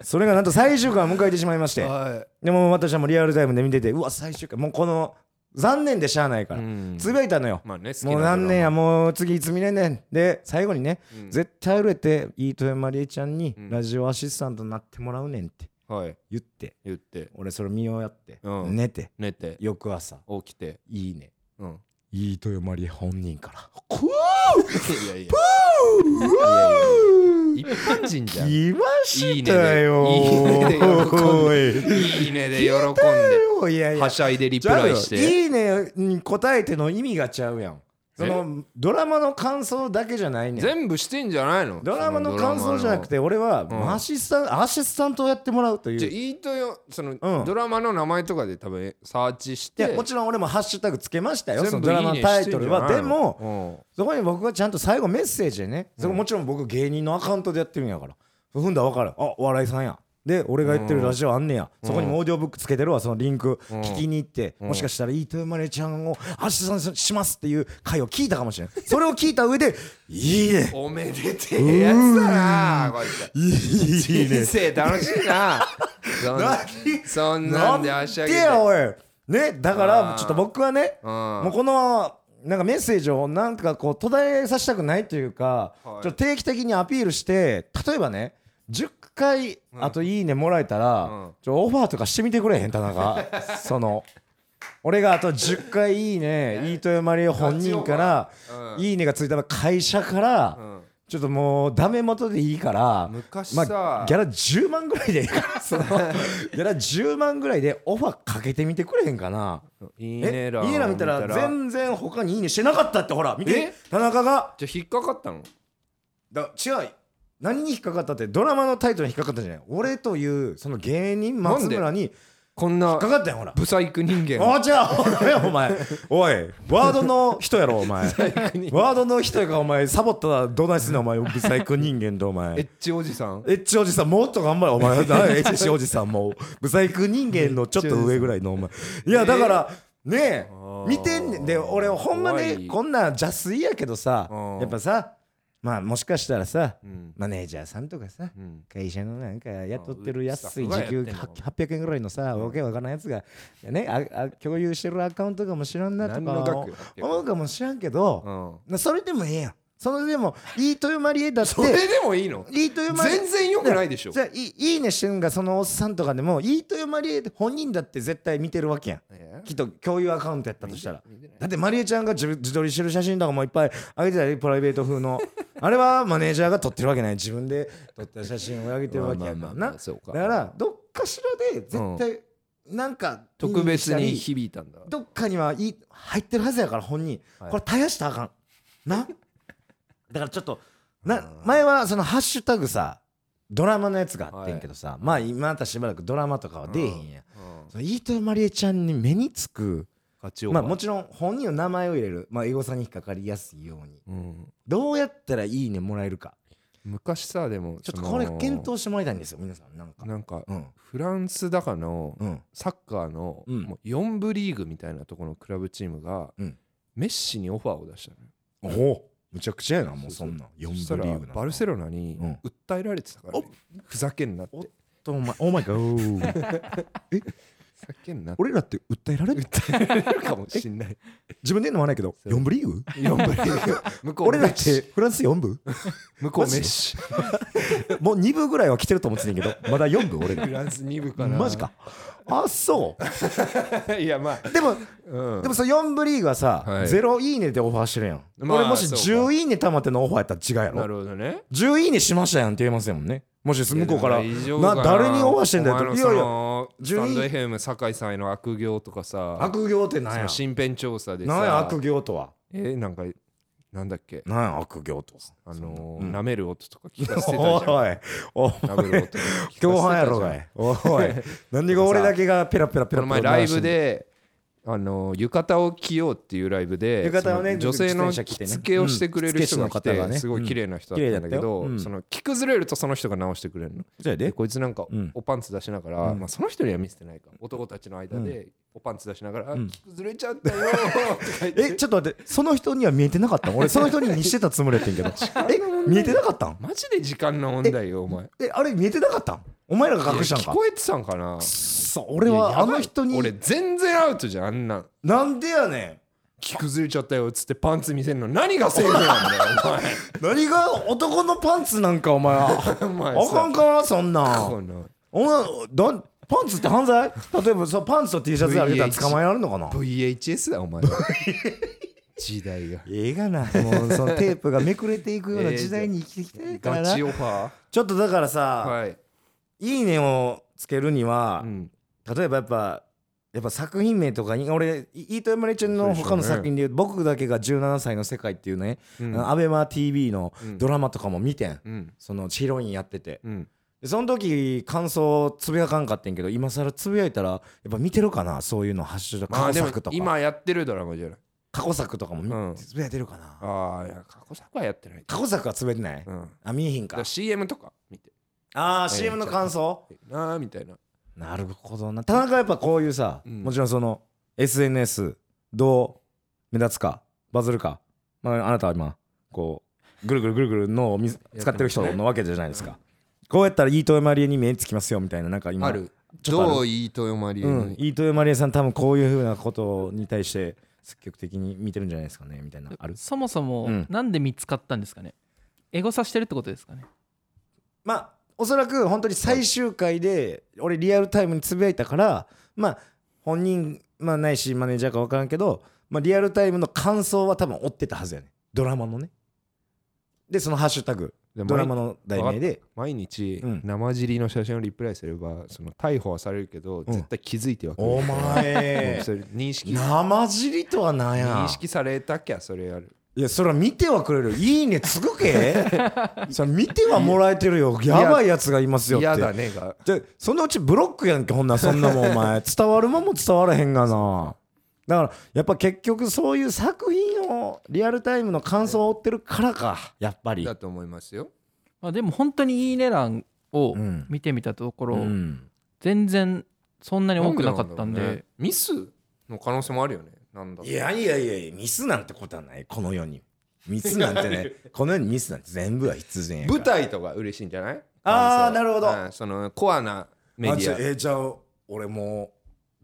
Speaker 2: それがなんと最終回を迎えてしまいまして
Speaker 1: [laughs] は
Speaker 2: でも私はもうリアルタイムで見ててうわ最終回もうこの残念でしゃあないから、
Speaker 1: うん
Speaker 2: つぶやいたのよ、
Speaker 1: まあね好きな
Speaker 2: もう何年や
Speaker 1: ド
Speaker 2: もう次いつ見れんねんで最後にね、
Speaker 1: うん
Speaker 2: 絶対売れて飯豊まりえちゃんに
Speaker 1: うん
Speaker 2: ラジオアシスタントになってもらうねんって
Speaker 1: ラマはい
Speaker 2: 言って
Speaker 1: 言って
Speaker 2: 俺それ見ようやって、
Speaker 1: うん
Speaker 2: 寝て
Speaker 1: 寝て
Speaker 2: 翌朝
Speaker 1: 起きて
Speaker 2: いいね
Speaker 1: うん
Speaker 2: [laughs] 飯豊まりえ本人から
Speaker 1: いやいやいやいや一般人じゃん
Speaker 2: 来ましたよ
Speaker 1: いいねでいいねで喜んで
Speaker 2: お
Speaker 1: いいねで喜ん
Speaker 2: いいやい
Speaker 1: で
Speaker 2: や
Speaker 1: はしゃいでリプ
Speaker 2: じゃあ
Speaker 1: ライして
Speaker 2: いいねに答えての意味がちゃうやんそのドラマの感想だけじゃないねん
Speaker 1: 全部してんじゃないの
Speaker 2: ドラマの感想じゃなくて俺は
Speaker 1: ん
Speaker 2: アシスタントアシスタントをやってもらうという
Speaker 1: じゃあ
Speaker 2: い
Speaker 1: いいとよその
Speaker 2: うん
Speaker 1: ドラマの名前とかで多分サーチして
Speaker 2: やもちろん俺もハッシュタグつけましたよ
Speaker 1: 全
Speaker 2: その
Speaker 1: 部
Speaker 2: ド
Speaker 1: いい
Speaker 2: ラ
Speaker 1: ね
Speaker 2: マの
Speaker 1: してんじゃな
Speaker 2: タ
Speaker 1: い
Speaker 2: イ
Speaker 1: の
Speaker 2: トルはでも
Speaker 1: も
Speaker 2: そこに僕がちゃんと最後メッセージでねそこもちろん僕芸人のアカウントでやってるんやから踏んだら分かるあお笑いさんやで俺がやってるラジオあんねや、そこにもオーディオブックつけてるわそのリンク、
Speaker 1: うん
Speaker 2: 聞きに行って、もしかしたら「飯豊まれちゃんを明日します」っていう回を聞いたかも
Speaker 1: [laughs]
Speaker 2: しれないそれを聞いた上で「いいね
Speaker 1: おめでてえやつだなこいつ
Speaker 2: いいね
Speaker 1: 人生楽しいなそん [laughs] なそんなんで足上げ
Speaker 2: なん
Speaker 1: て
Speaker 2: でやおいねだか
Speaker 1: あ
Speaker 2: ら
Speaker 1: ー
Speaker 2: ちょっと僕はね
Speaker 1: うん
Speaker 2: もうこのなんかメッセージをなんかこう途絶えさせたくないというか、
Speaker 1: はい
Speaker 2: ちょっと定期的にアピールして例えばね10回あと「いいね」もらえたら、
Speaker 1: うん
Speaker 2: ちょオファーとかしてみてくれへん田中
Speaker 1: [laughs]
Speaker 2: その俺があと10回「いいね」飯豊まりえ本人から
Speaker 1: う
Speaker 2: 「
Speaker 1: ん
Speaker 2: いいね」がついたら会社から、
Speaker 1: うん
Speaker 2: ちょっともうダメ元でいいから
Speaker 1: 昔
Speaker 2: ま
Speaker 1: さ
Speaker 2: あ、ギャラ10万ぐらいでいいから
Speaker 1: [laughs]
Speaker 2: そのギャラ10万ぐらいでオファーかけてみてくれへんかないい
Speaker 1: いね欄を
Speaker 2: いいな見たら全然他にいいねしてなかったってほら見て
Speaker 1: え
Speaker 2: 田中が
Speaker 1: じゃあ引っかかったの
Speaker 2: だ違う何に引っかかったってドラマのタイトルに引っかかったんじゃない俺というその芸人
Speaker 1: なんで
Speaker 2: 松村に引っ
Speaker 1: こんな
Speaker 2: かかったよほら
Speaker 1: ブサイク人間
Speaker 2: [laughs] あじゃあお前お前おいワードの人やろお前ワードの人やからお前サボったらどないすんねんお前ブサイク人間とお前
Speaker 1: エッチおじさん
Speaker 2: エッチおじさんもっと頑張れお
Speaker 1: [laughs]
Speaker 2: 前だエッチおじさんもブサイク人間のちょっと上ぐらいのお前いやだからねえ
Speaker 1: ー
Speaker 2: [laughs] 見てんねんで俺ほんま
Speaker 1: 怖
Speaker 2: ね
Speaker 1: い
Speaker 2: こんなん邪推やけどさ
Speaker 1: うん
Speaker 2: やっぱさまあもしかしたらさ
Speaker 1: うん
Speaker 2: マネージャーさんとかさ
Speaker 1: うん
Speaker 2: 会社のなんか雇ってる安い
Speaker 1: あう
Speaker 2: 時給
Speaker 1: スタッフがやってんの
Speaker 2: 800円ぐらいのさわけわからんやつがねああ共有してるアカウントかもしらんなと
Speaker 1: 何の
Speaker 2: か
Speaker 1: 額やって
Speaker 2: 思うかもしらんけど
Speaker 1: うん
Speaker 2: なそれでもええやんそれでもいい豊まりえだって
Speaker 1: それでもいいの
Speaker 2: いいという間に
Speaker 1: 全然良くないでしょ
Speaker 2: じゃあいいいいねしてるんがそのおっさんとかでもいいという間に本人だって絶対見てるわけやん
Speaker 1: え
Speaker 2: きっと共有アカウントやったとしたら
Speaker 1: 見てない
Speaker 2: だってマリエちゃんが自自撮りしてる写真とかもいっぱい上げてたりプライベート風 [laughs] のあれはマネージャーが撮ってるわけない自分で撮った写真を上げてるわけやん
Speaker 1: まあ
Speaker 2: な
Speaker 1: まあまあ
Speaker 2: だ
Speaker 1: そうか
Speaker 2: からどっかしらで絶対なんか
Speaker 1: 特別に
Speaker 2: したり
Speaker 1: 響いたんだ
Speaker 2: どっかにはいい入ってるはずやから本人
Speaker 1: はい
Speaker 2: これ絶やしたらあかん [laughs] なだからちょっとな前はそのハッシュタグさドラマのやつがあってんけどさ、まあ今またしばらくドラマとかは出えへんや、
Speaker 1: うん
Speaker 2: その飯豊まりえちゃんに目につく、
Speaker 1: ガチオー
Speaker 2: ま
Speaker 1: バ
Speaker 2: あ
Speaker 1: ー
Speaker 2: もちろん本人の名前を入れるまあエゴさに引っかかりやすいように
Speaker 1: うん
Speaker 2: どうやったらいいねもらえるか
Speaker 1: 昔さでも
Speaker 2: ち
Speaker 1: そ
Speaker 2: ょっと
Speaker 1: の
Speaker 2: これ検討してもらいたいんですよ皆さんなんか
Speaker 1: なんか
Speaker 2: うん
Speaker 1: フランスだかの
Speaker 2: うん
Speaker 1: サッカーの
Speaker 2: うん
Speaker 1: もう4部リーグみたいなところのクラブチームが
Speaker 2: うん
Speaker 1: メッシにオファーを出したのよ
Speaker 2: おおむちゃくちゃやなもうそんなん
Speaker 1: そし
Speaker 2: 4
Speaker 1: た
Speaker 2: 部
Speaker 1: ら
Speaker 2: リーグな
Speaker 1: バルセロナに
Speaker 2: うん
Speaker 1: 訴えられてたからねふざけんなって
Speaker 2: おとお前お前がおー [laughs]
Speaker 1: ふざけんなって
Speaker 2: 俺らって訴えられる
Speaker 1: 訴えられるかもしんない
Speaker 2: 自分で言うのもあれやけど
Speaker 1: そう
Speaker 2: 4部リーグ
Speaker 1: 4部リーグ向こう
Speaker 2: [laughs] 俺
Speaker 1: メ
Speaker 2: らっ
Speaker 1: ッ
Speaker 2: て
Speaker 1: シ
Speaker 2: フランス4部
Speaker 1: 向こうメッシ
Speaker 2: [laughs] もう2部ぐらいは来てると思ってたけどまだ4部俺ら
Speaker 1: フランス2部かな
Speaker 2: マジかあそう
Speaker 1: いやまあ
Speaker 2: でも
Speaker 1: うん
Speaker 2: でもその4部リーグはさ
Speaker 1: はい
Speaker 2: 0いいねでオファーしてるやん
Speaker 1: まあ
Speaker 2: 俺もし
Speaker 1: そうか
Speaker 2: 10いいねたまってのオファーやったら違うや
Speaker 1: な
Speaker 2: ろ
Speaker 1: るほどね
Speaker 2: 10いいねしましたやんって言えませんもんねもし向こうから
Speaker 1: いやでも異常か
Speaker 2: な誰にオファーしてんだよ
Speaker 1: お前
Speaker 2: と
Speaker 1: の
Speaker 2: いや
Speaker 1: そ
Speaker 2: いや
Speaker 1: のス
Speaker 2: 順
Speaker 1: タ
Speaker 2: 位
Speaker 1: ンド FM 酒井さんへの悪行とかさ
Speaker 2: 悪行ってなん
Speaker 1: そ
Speaker 2: や
Speaker 1: の身辺調査で
Speaker 2: なんや
Speaker 1: さ
Speaker 2: 悪行とは
Speaker 1: えなんかなんだっけ
Speaker 2: なんや悪行とは
Speaker 1: あの
Speaker 2: うん
Speaker 1: ー舐める音とか聞かせてたじゃん
Speaker 2: おいおい
Speaker 1: 舐める音とか聞かせてたじゃん
Speaker 2: 共犯やろがいおい何でか俺だけがペラペラペ
Speaker 1: こ
Speaker 2: ラ
Speaker 1: の
Speaker 2: ペ
Speaker 1: 前
Speaker 2: ラ
Speaker 1: ライブであの浴衣を着ようっていうライブで
Speaker 2: 浴衣をね
Speaker 1: その女性の
Speaker 2: 自転車着
Speaker 1: 着
Speaker 2: てね
Speaker 1: 付けをしてくれる人が来
Speaker 2: うん着付け師の方が
Speaker 1: て
Speaker 2: ね
Speaker 1: すごい綺麗な人だったんだけど、
Speaker 2: うん綺麗だったようん
Speaker 1: その着崩れるとその人が直してくれるの
Speaker 2: じゃあ
Speaker 1: でこいつなんか
Speaker 2: うん
Speaker 1: おパンツ出しながら、
Speaker 2: うん
Speaker 1: まあ、その人には見せてないか男たちの間でおパンツ出しながら「
Speaker 2: ん
Speaker 1: 着崩れちゃった
Speaker 2: [laughs]
Speaker 1: よ」って書いて
Speaker 2: えちょっと待ってその人には見えてなかったん俺その人に見してたつもりやっ
Speaker 1: [laughs]
Speaker 2: てんけどえ見えてなかったん
Speaker 1: マジで時間の問題よお前
Speaker 2: えあれ見えてなかったんお前らが隠したん
Speaker 1: いや
Speaker 2: か
Speaker 1: 聞こえてたんかな
Speaker 2: そう俺
Speaker 1: い
Speaker 2: は
Speaker 1: や
Speaker 2: あ
Speaker 1: やばい
Speaker 2: の人に
Speaker 1: 俺全然アウトじゃんあんなん
Speaker 2: なんでやね
Speaker 1: 着崩れちゃったよっつってパンツ見せるの何がセーフなんだよ
Speaker 2: ん何が男のパンツなんか
Speaker 1: [laughs]
Speaker 2: お前は
Speaker 1: お前お前
Speaker 2: [laughs] あかんかそんな
Speaker 1: こ
Speaker 2: ん
Speaker 1: の
Speaker 2: お前だんパンツって犯罪例えばさパンツと T シャツであげたら捕まえられる
Speaker 1: [laughs]
Speaker 2: のかな
Speaker 1: VHS だお前は時代が
Speaker 2: ええがなもうそのテープがめくれていくような時代に生きてきてから
Speaker 1: ガ
Speaker 2: な
Speaker 1: チオファ
Speaker 2: ちょっとだから
Speaker 1: ー
Speaker 2: さ
Speaker 1: はい、
Speaker 2: いいねをつけるには
Speaker 1: うん、
Speaker 2: 例えばやっぱやっぱ作品名とかに俺い飯豊まりちゃんの他の作品で言う僕だけが17歳の世界っていうね、
Speaker 1: うん
Speaker 2: アベマ t v の
Speaker 1: うん
Speaker 2: ドラマとかも見てん、
Speaker 1: うん
Speaker 2: そのヒロインやってて
Speaker 1: うん
Speaker 2: でその時感想つぶやかんかってんけど今更つぶやいたらやっぱ見てるかなそういうのハッシュタグ
Speaker 1: ま
Speaker 2: 過
Speaker 1: あで
Speaker 2: 去
Speaker 1: も
Speaker 2: 作とか、
Speaker 1: 今やってるドラマじゃない
Speaker 2: 過去作とかも見、
Speaker 1: うん
Speaker 2: つぶやいてるかな
Speaker 1: ああいや過去作はやってない
Speaker 2: 過去作はつぶやいてない、
Speaker 1: うんだ
Speaker 2: あ見えへん
Speaker 1: か
Speaker 2: から
Speaker 1: CM とか見て
Speaker 2: ああ CM の感想
Speaker 1: なあみたいな
Speaker 2: なるほどな田中はやっぱこういうさ、
Speaker 1: うん
Speaker 2: もちろんその SNS どう目立つかバズるか、まあ、あなたは今こうぐるぐるぐるぐる脳をみ使ってる人のわけじゃないですか、こうやったら飯豊まりえに目つきますよみたいななんか今
Speaker 1: ある
Speaker 2: ちょっとある
Speaker 1: どういいと読まりえ
Speaker 2: う
Speaker 1: に
Speaker 2: ん、飯豊まりえさん多分こういうふうなことに対して積極的に見てるんじゃないですかねみたいなある
Speaker 4: そもそも
Speaker 2: うん
Speaker 4: なんで見つかったんですかねエゴサしてるってことですかね
Speaker 2: まあおそらく本当に最終回で俺リアルタイムにつぶやいたからまあ本人、まあ、ないしマネージャーか分からんけど、まあ、リアルタイムの感想は多分追ってたはずやねドラマのねでそのハッシュタグ
Speaker 1: で
Speaker 2: ドラマの題名で
Speaker 1: 毎日
Speaker 2: うん
Speaker 1: 生尻の写真をリプライすればその逮捕はされるけど
Speaker 2: うん
Speaker 1: 絶対気づいては
Speaker 2: 「
Speaker 1: くる
Speaker 2: お
Speaker 1: も
Speaker 2: 前
Speaker 1: うそれ認識
Speaker 2: [laughs] 生尻とはなんや
Speaker 1: 認」識されたきゃそれやる
Speaker 2: いやそれは見てはくれる「いいね」つくけ [laughs] それ見てはもらえてるよやばいやつがいますよって
Speaker 1: 嫌だねが
Speaker 2: じゃあそのうちブロックやんけほんならそんなもんお [laughs] 前伝わるまんも伝わらへんがなだからやっぱ結局そういう作品をリアルタイムの感想を追ってるからかやっぱり
Speaker 1: だと思いますよ
Speaker 4: まあでも本当にいいね欄を
Speaker 2: うん
Speaker 4: 見てみたところ、
Speaker 2: うん
Speaker 4: 全然そんなに多くなかったんで
Speaker 1: なんろうねミスの可能性もあるよねなんだろう
Speaker 2: いやいやいやいやミスなんてことはないこの世にミスなんて [laughs] ねこの世にミスなんて全部は必然やから
Speaker 1: 舞台とか嬉しいんじゃない感
Speaker 2: あー
Speaker 1: 想
Speaker 2: なるほど
Speaker 1: うんそのコアなメデ
Speaker 2: あちょ
Speaker 1: ィ
Speaker 2: えーじゃあ俺もう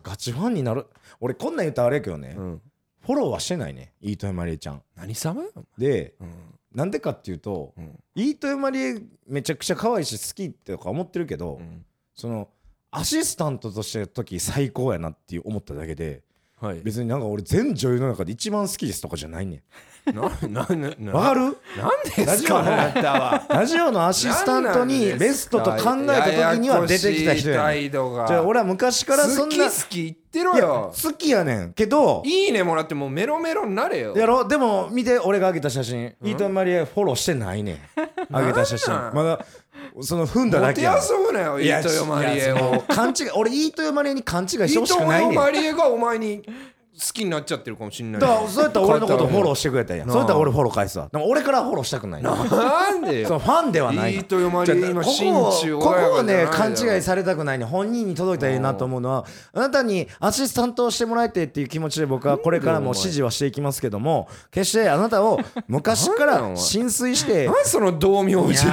Speaker 2: ガチファンになる俺こんなん言ったらあれやけどね、
Speaker 1: アうん
Speaker 2: フォローはしてないね飯豊まりえちゃん
Speaker 1: 何様よ
Speaker 2: で
Speaker 1: うん
Speaker 2: なんでかっていうと
Speaker 1: うん
Speaker 2: 飯豊まりえめちゃくちゃ可愛いし好きとか思ってるけど、
Speaker 1: うん
Speaker 2: そのアシスタントとしての時最高やなっていう思っただけで
Speaker 1: はい
Speaker 2: 別になんか俺全女優の中で一番好きですとかじゃないね
Speaker 1: ななな [laughs] なん
Speaker 2: わかる
Speaker 1: なんで
Speaker 2: ラ
Speaker 1: す
Speaker 2: ジオ
Speaker 1: か
Speaker 2: の
Speaker 1: あなたは
Speaker 2: ラジオのアシスタントにベストと考えた時には出てきた人や
Speaker 1: や
Speaker 2: ねん
Speaker 1: やこしい態度が
Speaker 2: じゃあ俺は昔からそん
Speaker 1: 好
Speaker 2: な
Speaker 1: き好き言ってろ
Speaker 2: いや
Speaker 1: よ
Speaker 2: 好きやねんけど
Speaker 1: いいねもらってもうメロメロになれよ
Speaker 2: やろでも見て俺が上げた写真
Speaker 1: ん
Speaker 2: 飯豊まりえフォローしてないねん上げた写真
Speaker 1: なんなん
Speaker 2: まだその踏んだ
Speaker 1: モ
Speaker 2: だけ
Speaker 1: テ
Speaker 2: やねん
Speaker 1: 遊ぶなよ
Speaker 2: いや
Speaker 1: 飯豊まりえ
Speaker 2: いやその
Speaker 1: を
Speaker 2: 勘違い俺飯豊まりえに勘違いしてほ
Speaker 1: 飯
Speaker 2: しくな
Speaker 1: 豊
Speaker 2: いねん
Speaker 1: まりえがお前に好きになっちゃってるかもしんない
Speaker 2: だからそうやったら俺のことフォロー
Speaker 1: し
Speaker 2: してくれたやん
Speaker 1: なあ
Speaker 2: そうやったら俺フォロー返すわでも俺からフォローしたくないな
Speaker 1: なんでよ
Speaker 2: そのファンではない
Speaker 1: いい
Speaker 2: の
Speaker 1: と読ま
Speaker 2: じゃ
Speaker 1: れ
Speaker 2: あ
Speaker 1: 今
Speaker 2: ここ
Speaker 1: 心中
Speaker 2: をここをね勘違い
Speaker 1: さ
Speaker 2: されたくないね本人に届いたらいいなと思うのはあなたにアシスタントをしてもらえてっていう気持ちで僕はこれからも支持はしていきますけども決してあなたを昔か [laughs]
Speaker 1: なんだよお
Speaker 2: ら
Speaker 1: 前
Speaker 2: 浸水して
Speaker 1: 何その道明寺司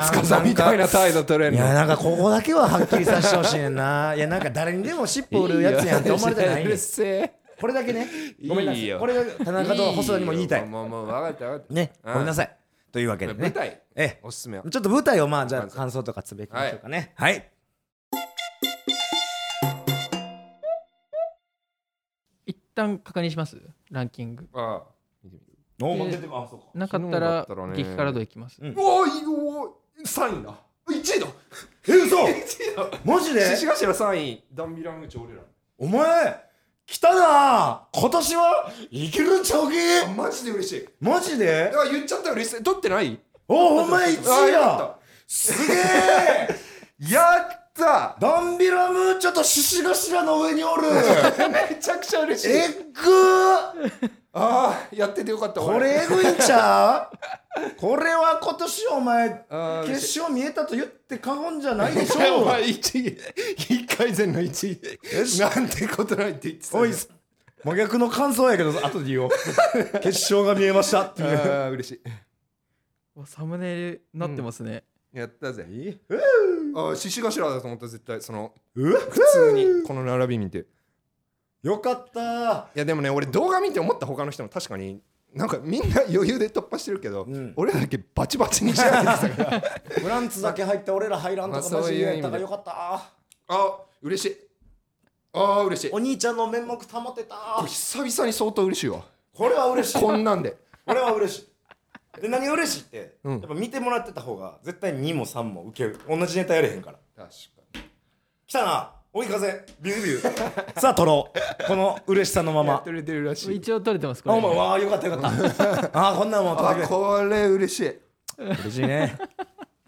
Speaker 1: みたいな態度取れん
Speaker 2: いや
Speaker 1: の
Speaker 2: なんかここだけははっきりさせてほしいねんないやなんか誰にでも尻尾売るやつやんって思われたくない
Speaker 1: いいよう
Speaker 2: ねん
Speaker 1: るせえ
Speaker 2: これだけねごめんないさ
Speaker 1: い
Speaker 2: い
Speaker 1: よ
Speaker 2: これが田中と細田にも言いたい
Speaker 1: もうもう分かった分かった
Speaker 2: ね、
Speaker 1: うん
Speaker 2: ごめんなさい。というわけでね。
Speaker 1: 舞台
Speaker 2: え
Speaker 1: おすすめは
Speaker 2: え、ちょっと舞台をまあ、じゃあ感想とかつぶやきましょうかね。はい。
Speaker 4: 一旦確認しますランキング
Speaker 1: ああ
Speaker 2: お
Speaker 4: もう出
Speaker 2: てます、そうか。
Speaker 4: なかっ
Speaker 1: 昨
Speaker 4: た
Speaker 1: 日だっ
Speaker 4: ら
Speaker 1: たらね
Speaker 4: 激辛度いきます、
Speaker 2: うん
Speaker 1: おいおい3位だ1位だ
Speaker 2: え、嘘
Speaker 1: 1位だ
Speaker 2: [laughs] マジで
Speaker 1: 獅子頭3位ダンビラムーチョ俺ら
Speaker 2: お前、来たな今年はいけるんちゃう
Speaker 1: あ
Speaker 2: け
Speaker 1: マジで嬉しい
Speaker 2: マジで
Speaker 1: あ言っちゃった嬉しい取ってない
Speaker 2: お、お前1
Speaker 1: あよ
Speaker 2: 位や
Speaker 1: か
Speaker 2: すげえ
Speaker 1: ったやった
Speaker 2: ダンビラムーチョと獅子頭の上におる
Speaker 1: [laughs] めちゃくちゃ嬉しい
Speaker 2: えっぐー
Speaker 1: ああやっててよかった
Speaker 2: これ
Speaker 1: 俺
Speaker 2: えぐいんちゃうこれは今年お前
Speaker 1: あー嬉しい
Speaker 2: 決勝見えたと言って過言じゃないでし
Speaker 1: [laughs] お
Speaker 2: ょ
Speaker 1: 前1位1回戦の1位なんてことないって言ってた
Speaker 2: おい真逆の感想やけど後で言おう [laughs] 決勝が見えましたって
Speaker 1: あ
Speaker 2: いう
Speaker 1: ー嬉しい
Speaker 4: わサムネイルなってますね、
Speaker 1: やったぜ
Speaker 2: え
Speaker 1: あー獅子頭だと思った絶対その
Speaker 2: うわ
Speaker 1: 普通にこの並び見てい
Speaker 2: よかった
Speaker 1: やでもね俺動画見て思った他の人も確かになんかみんな余裕で突破してるけど、
Speaker 2: うん
Speaker 1: 俺らだけバチバチに仕上げて
Speaker 2: [laughs]
Speaker 1: たから
Speaker 2: フランツだけ入って俺ら入らんと
Speaker 1: ま
Speaker 2: か
Speaker 1: あ
Speaker 2: マ
Speaker 1: そう
Speaker 2: ジ
Speaker 1: いう意
Speaker 2: でやっ
Speaker 1: 味で
Speaker 2: たからよかった
Speaker 1: あ嬉しいあー嬉しい
Speaker 2: お兄ちゃんの面目保てた
Speaker 1: これ久々に相当嬉しいわ
Speaker 2: これは嬉しい
Speaker 1: こんなんで
Speaker 2: これは嬉しいで何が嬉しいって、
Speaker 1: うん
Speaker 2: やっぱ見てもらってた方が絶対2も3も受ける同じネタやれへんから
Speaker 1: 確か
Speaker 2: 来たな追い風ビュービューさあ撮ろうこの嬉しさのま
Speaker 1: にや [laughs] っ
Speaker 2: ま
Speaker 1: てれてるらしい
Speaker 4: 一応取れてますこ
Speaker 2: あ
Speaker 4: れ
Speaker 2: お前わあよかったよかった
Speaker 1: [laughs]
Speaker 2: あーこんなんもう撮っ
Speaker 1: あ
Speaker 2: てくれ
Speaker 1: これ嬉しい
Speaker 2: 嬉しいね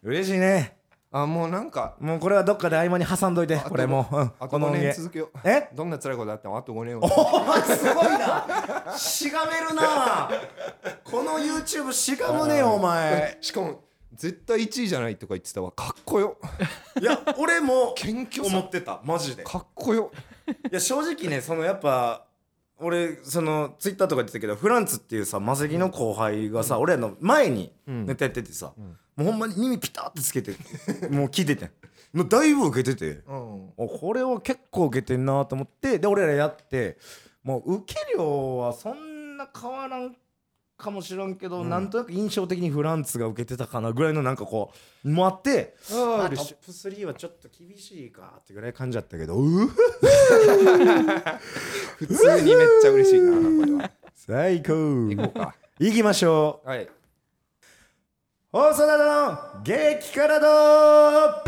Speaker 2: 嬉しいね
Speaker 1: あもうなんか
Speaker 2: もうこれはどっかで合間に挟んどいてこれもう、うん
Speaker 1: あと
Speaker 2: この
Speaker 1: 5
Speaker 2: 音
Speaker 1: 年
Speaker 2: 源
Speaker 1: 続けよう
Speaker 2: え [laughs]
Speaker 1: どんな辛いことあってもあと5年
Speaker 2: お
Speaker 1: は
Speaker 2: 前すごいなしがめるなこの YouTube しがむねお前
Speaker 1: しかも絶対1位じゃないとか言ってたわかっこよ
Speaker 2: いや俺も
Speaker 1: 謙虚
Speaker 2: 思っ
Speaker 1: さ
Speaker 2: てたマジで
Speaker 1: かっこよ
Speaker 2: いや正直ねそのやっぱ俺そのツイッターとか言ってたけどフランツっていうさマセキの後輩がさ、俺らの前に
Speaker 1: うん
Speaker 2: ネタやっててさ、
Speaker 1: ん
Speaker 2: もうほんまに耳ピタってつけ [laughs] てもう聞いててんもうだいぶ受けてて
Speaker 1: うん
Speaker 2: あこれは結構受けてんなと思ってで俺らやってもう受け量はそんな変わらんかもしらんけど、
Speaker 1: うん
Speaker 2: なんとなく印象的にフランツが受けてたかなぐらいのなんかこうもあって
Speaker 1: あー
Speaker 2: まあト
Speaker 1: 嬉し
Speaker 2: ッ
Speaker 1: い
Speaker 2: プ3はちょっと厳しいかってぐらい感じだったけどうふ
Speaker 1: 普通にめっちゃ嬉しいなこれは
Speaker 2: 最高
Speaker 1: 行こうか
Speaker 2: 行きましょう
Speaker 1: はい
Speaker 2: 放送などの激辛だ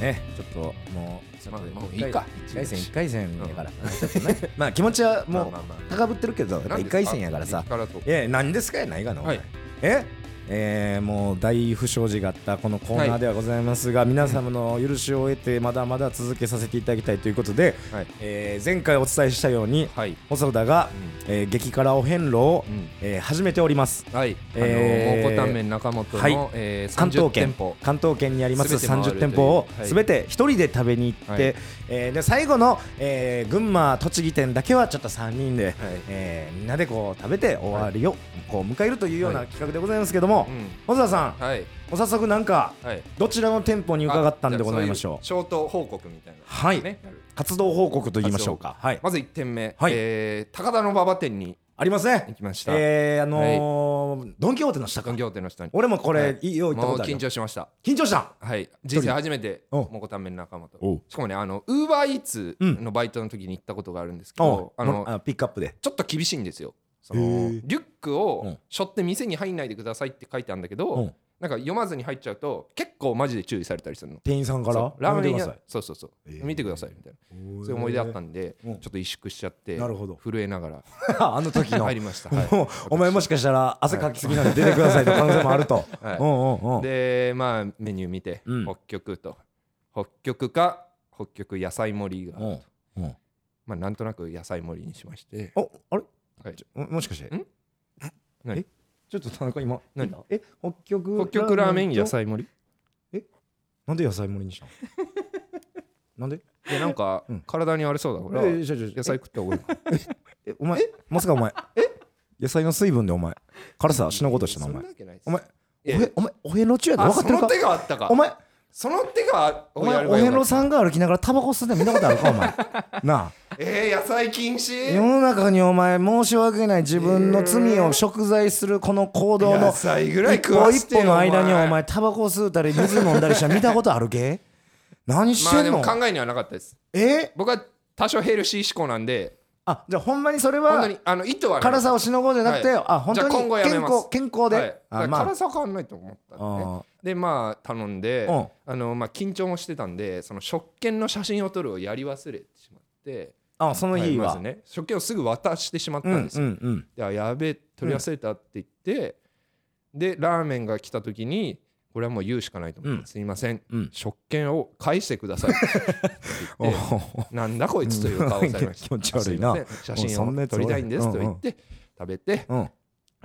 Speaker 2: ねちょっともうちょ
Speaker 1: ま
Speaker 2: っと
Speaker 1: あもういいか
Speaker 2: 1回戦1回戦やから、ちょっとね [laughs] まあ気持ちはも
Speaker 1: まあまあま
Speaker 2: う高ぶってるけどやっぱ1回戦やからさ
Speaker 1: なんですか
Speaker 2: いや何ですかやないがな、お前
Speaker 1: はい
Speaker 2: ええーもう大不祥事があったこのコーナーではございますが、皆様の許しを得てまだまだ続けさせていただきたいということで、
Speaker 1: はい
Speaker 2: えー前回お伝えしたように
Speaker 1: はい
Speaker 2: 細田が、えー激辛お遍路を、
Speaker 1: うん
Speaker 2: えー始めております
Speaker 1: はい、
Speaker 2: えー
Speaker 1: あの蒙古タンメン中本の、
Speaker 2: はい
Speaker 1: えー、
Speaker 2: 関
Speaker 1: 30
Speaker 2: 東
Speaker 1: 店
Speaker 2: 圏
Speaker 1: 舗
Speaker 2: 関東圏にあります
Speaker 1: 全て回る
Speaker 2: 30店舗を
Speaker 1: というはい
Speaker 2: すべて一人で食べに行って、
Speaker 1: はい
Speaker 2: えーで最後の、えー群馬栃木店だけはちょっと3人で、えーみんなでこう食べて終わりをこう迎えるというような
Speaker 1: はい
Speaker 2: 企画でございますけども、
Speaker 1: うん
Speaker 2: 小沢さん、
Speaker 1: はい
Speaker 2: お早速なんか
Speaker 1: はい
Speaker 2: どちらの店舗に伺ったんでございまし
Speaker 1: あ
Speaker 2: ょう
Speaker 1: じゃあそいショート報告みたいな、
Speaker 2: はい
Speaker 1: ねやる
Speaker 2: 活動報告と言いましょうかはい、
Speaker 1: まず1点目、
Speaker 2: はい
Speaker 1: えー高田の馬場店に
Speaker 2: あります
Speaker 1: 行
Speaker 2: ね
Speaker 1: きました、
Speaker 2: えー、あのードン・キホーテの下
Speaker 1: ド
Speaker 2: か
Speaker 1: ン・キホーテの下に
Speaker 2: 俺もこれ、
Speaker 1: はい
Speaker 2: い、いよ行った
Speaker 1: も
Speaker 2: こ
Speaker 1: う
Speaker 2: とある
Speaker 1: 緊
Speaker 2: よ
Speaker 1: 張しました
Speaker 2: 緊張した
Speaker 1: はい人生初めて
Speaker 2: うん
Speaker 1: 蒙古タンメン中本
Speaker 2: おう
Speaker 1: しかもねあのウーバーイーツのバイトの時に行ったことがあるんですけ
Speaker 2: お
Speaker 1: ど、
Speaker 2: あ
Speaker 1: あの
Speaker 2: のピックアップで
Speaker 1: ちょっと厳しいんですよそ
Speaker 2: へ
Speaker 1: の
Speaker 2: ー
Speaker 1: リュック
Speaker 2: う
Speaker 1: を
Speaker 2: ん
Speaker 1: 背負って店に入んないでくださいって書いてあるんだけど、
Speaker 2: うん
Speaker 1: なんか読まずに入っちゃうと結構マジで注意されたりするの
Speaker 2: 店員さんから
Speaker 1: そうラーメン
Speaker 2: やめ
Speaker 1: 屋
Speaker 2: てください
Speaker 1: そうそうそう、
Speaker 2: えー
Speaker 1: 見てくださいみたいなそう
Speaker 2: そ
Speaker 1: いう思い出あったんで、
Speaker 2: うん
Speaker 1: ちょっと萎縮しちゃって
Speaker 2: なるほど [laughs]
Speaker 1: 震えながら
Speaker 2: あの時の
Speaker 1: 入りました、はい
Speaker 2: もうお前もしかしたら汗かきすぎなんで出てくださいと可能性もあると、
Speaker 1: はい
Speaker 2: うんうんうん
Speaker 1: でまあメニュー見て、
Speaker 2: うん
Speaker 1: 北極と北極か北極野菜盛りが、
Speaker 2: うんうん
Speaker 1: まあなんとなく野菜盛りにしまして
Speaker 2: おあれ
Speaker 1: はい
Speaker 2: ももしかして
Speaker 1: ん何
Speaker 2: えちょっと田中今
Speaker 1: 何
Speaker 2: 見たえ北
Speaker 1: 北
Speaker 2: 極
Speaker 1: 極ラーメン
Speaker 2: と
Speaker 1: 野菜盛り
Speaker 2: なんで野菜盛りにしたの [laughs] なんで
Speaker 1: いやなんか
Speaker 2: うん
Speaker 1: 体に悪そうだから
Speaker 2: ええちょちょちょ
Speaker 1: 野菜食った方がいいか
Speaker 2: ええお前まさかお
Speaker 1: [laughs]
Speaker 2: 前え野菜の水分でお前辛さ死ぬことしたなお
Speaker 1: そん
Speaker 2: 前
Speaker 1: なわけないです
Speaker 2: お前お
Speaker 1: いや
Speaker 2: へお前おへの中やで
Speaker 1: あ
Speaker 2: 分かって
Speaker 1: そ
Speaker 2: る
Speaker 1: の
Speaker 2: か
Speaker 1: 手があったか
Speaker 2: お前
Speaker 1: その手が
Speaker 2: お前おへのさんが歩きながらタバコ吸ってんの見たことあるか
Speaker 1: [laughs]
Speaker 2: お前なあ
Speaker 1: えー、野菜禁止
Speaker 2: 世の中にお前申し訳ない自分の罪を贖罪するこの行動の
Speaker 1: 野
Speaker 2: 一
Speaker 1: 菜ぐらい食
Speaker 2: 歩
Speaker 1: わ
Speaker 2: 一
Speaker 1: せてよ
Speaker 2: 歩の間にお前タバコ吸うたり水飲んだりしたら見たことあるけ何し
Speaker 1: ま
Speaker 2: て
Speaker 1: あ
Speaker 2: ん
Speaker 1: で
Speaker 2: の
Speaker 1: も、考えにはなかったです
Speaker 2: え
Speaker 1: 僕は多少ヘルシー思考なんで
Speaker 2: あじゃあほんまにそれ
Speaker 1: 本当
Speaker 2: は
Speaker 1: にあの意図はなかった
Speaker 2: 辛さをしのごうじゃなくて、
Speaker 1: はい
Speaker 2: あ本当に
Speaker 1: じゃあ今後やめ
Speaker 2: 健
Speaker 1: ます
Speaker 2: 康健康で、
Speaker 1: はい、
Speaker 2: あ
Speaker 1: あ
Speaker 2: ま
Speaker 1: 辛さは変わんないと思ったんで、ね
Speaker 2: ああ、
Speaker 1: でまあ頼んで、
Speaker 2: うん
Speaker 1: あのまあ、緊張もしてたんでその食券の写真を撮るをやり忘れてしまって
Speaker 2: ああその日
Speaker 1: ま
Speaker 2: は、
Speaker 1: ずね食券をすぐ渡してしまった
Speaker 2: うんうんん
Speaker 1: です
Speaker 2: う
Speaker 1: よ、
Speaker 2: ん
Speaker 1: であやべえ取り忘れたって言って、でラーメンが来た時にこれはもう言うしかないと思って、
Speaker 2: うん
Speaker 1: すいません、
Speaker 2: うん
Speaker 1: 食券を返してくださいって
Speaker 2: [laughs] お
Speaker 1: 言って
Speaker 2: お
Speaker 1: なんだこいつと
Speaker 2: [laughs]
Speaker 1: いう顔をされました
Speaker 2: 気持ち悪いな
Speaker 1: すません写真を撮りたいんですと言って、食べて
Speaker 2: うん、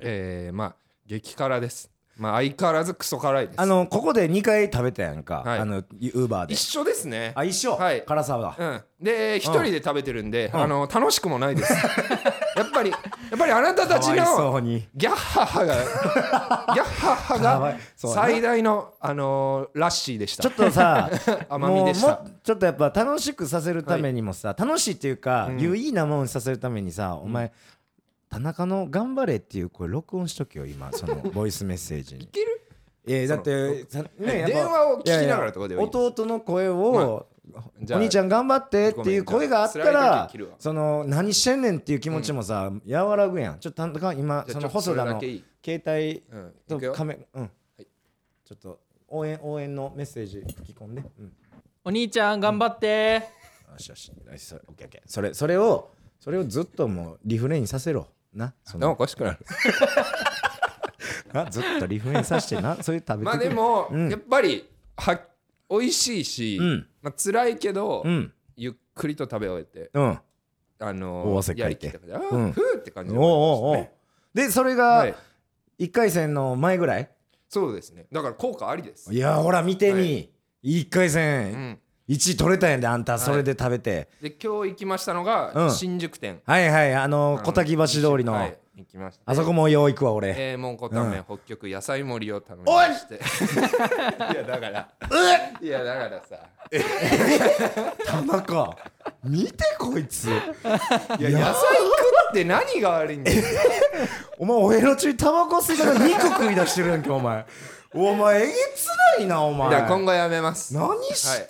Speaker 1: えー、まあ激辛です。まあ相変わらずクソ辛いです。
Speaker 2: あのここで2回食べたやんか、
Speaker 1: はい
Speaker 2: あのウーバーで
Speaker 1: 一緒ですね。
Speaker 2: あ一緒、
Speaker 1: はい
Speaker 2: 辛さは
Speaker 1: うん、で一人で食べてるんで、
Speaker 2: うん
Speaker 1: あの楽しくもない
Speaker 2: [laughs]
Speaker 1: です。やっぱりやっぱりあなたたち
Speaker 2: かわい
Speaker 1: の
Speaker 2: そうに
Speaker 1: ギャッハッハが
Speaker 2: [laughs]
Speaker 1: ギャッハッハ
Speaker 2: かわ
Speaker 1: が
Speaker 2: いそうだな
Speaker 1: 最大のあのーラッシーでし
Speaker 2: ち
Speaker 1: た
Speaker 2: ょっ。とさ
Speaker 1: [laughs] 甘みでした
Speaker 2: もうもうちょっとやっぱ楽しくさせるためにもさ、楽しいっていうか、
Speaker 1: うん
Speaker 2: 有意義なものにさせるためにさ、お前田中の「頑張れ」っていう声録音しとけよ今
Speaker 1: [laughs]
Speaker 2: そのボイスメッセージに。い
Speaker 1: ける
Speaker 2: えだってさねやっぱ
Speaker 1: 電話を聞きながらとかではいい
Speaker 2: やや弟の声を、
Speaker 1: じゃ
Speaker 2: お
Speaker 1: あ
Speaker 2: 兄ちゃん頑張ってっていう声があった
Speaker 1: ごめんじゃあ辛い
Speaker 2: ら
Speaker 1: 時切るわ
Speaker 2: その何してんねんっていう気持ちもさ、和らぐやんちょっと田中今
Speaker 1: じゃあちょ
Speaker 2: その
Speaker 1: っと
Speaker 2: 細田
Speaker 1: それだ
Speaker 2: の
Speaker 1: けい
Speaker 2: 携
Speaker 1: い
Speaker 2: 帯
Speaker 1: うん、
Speaker 2: と
Speaker 1: いくよ
Speaker 2: カメうん、ちょっと応援応援のメッセージ吹き込んで、うん、よ
Speaker 4: お兄ちゃん頑張って
Speaker 2: しよしよしそれオッケーオッケーそれそれをそれをずっともうリフレインさせろなそ
Speaker 1: なんかお
Speaker 2: の
Speaker 1: かしくなる。
Speaker 2: な [laughs] ずっとリフレインさせてなそれ食べてくれ
Speaker 1: まあでも、
Speaker 2: うん
Speaker 1: やっぱりは美味しいし、
Speaker 2: うん
Speaker 1: まあ辛いけど、
Speaker 2: うん
Speaker 1: ゆっくりと食べ終えて。
Speaker 2: うん
Speaker 1: あの
Speaker 2: 大汗かいて
Speaker 1: やりきったから
Speaker 2: うん
Speaker 1: あーふーって感
Speaker 2: お
Speaker 1: じ
Speaker 2: う
Speaker 1: で終わりま
Speaker 2: おうおうでそれ
Speaker 1: したね
Speaker 2: が1回戦の前ぐらい
Speaker 1: そうですねだから効果ありです
Speaker 2: いやほら見て
Speaker 1: は
Speaker 2: み、一1回
Speaker 1: う
Speaker 2: 戦
Speaker 1: ん、
Speaker 2: 1位取れたんやであんたそれで食べて、
Speaker 1: で今日行きましたの
Speaker 2: う
Speaker 1: が
Speaker 2: ん
Speaker 1: 新宿店、
Speaker 2: はい、はいあの
Speaker 1: あの
Speaker 2: 小滝橋通りの、
Speaker 1: はい行きました
Speaker 2: あそこもよう行くわ俺、
Speaker 1: えー、蒙古タンメン、北極野菜盛りを頼みまして [laughs] いやだからいやだからさ
Speaker 2: 田中見てこいつ
Speaker 1: いや野菜食って何が悪いんだよ
Speaker 2: お前お部屋の中にタバコ吸いながら肉食い出してるやんけお前お前えげつないなお前
Speaker 1: いや今後やめます
Speaker 2: 何して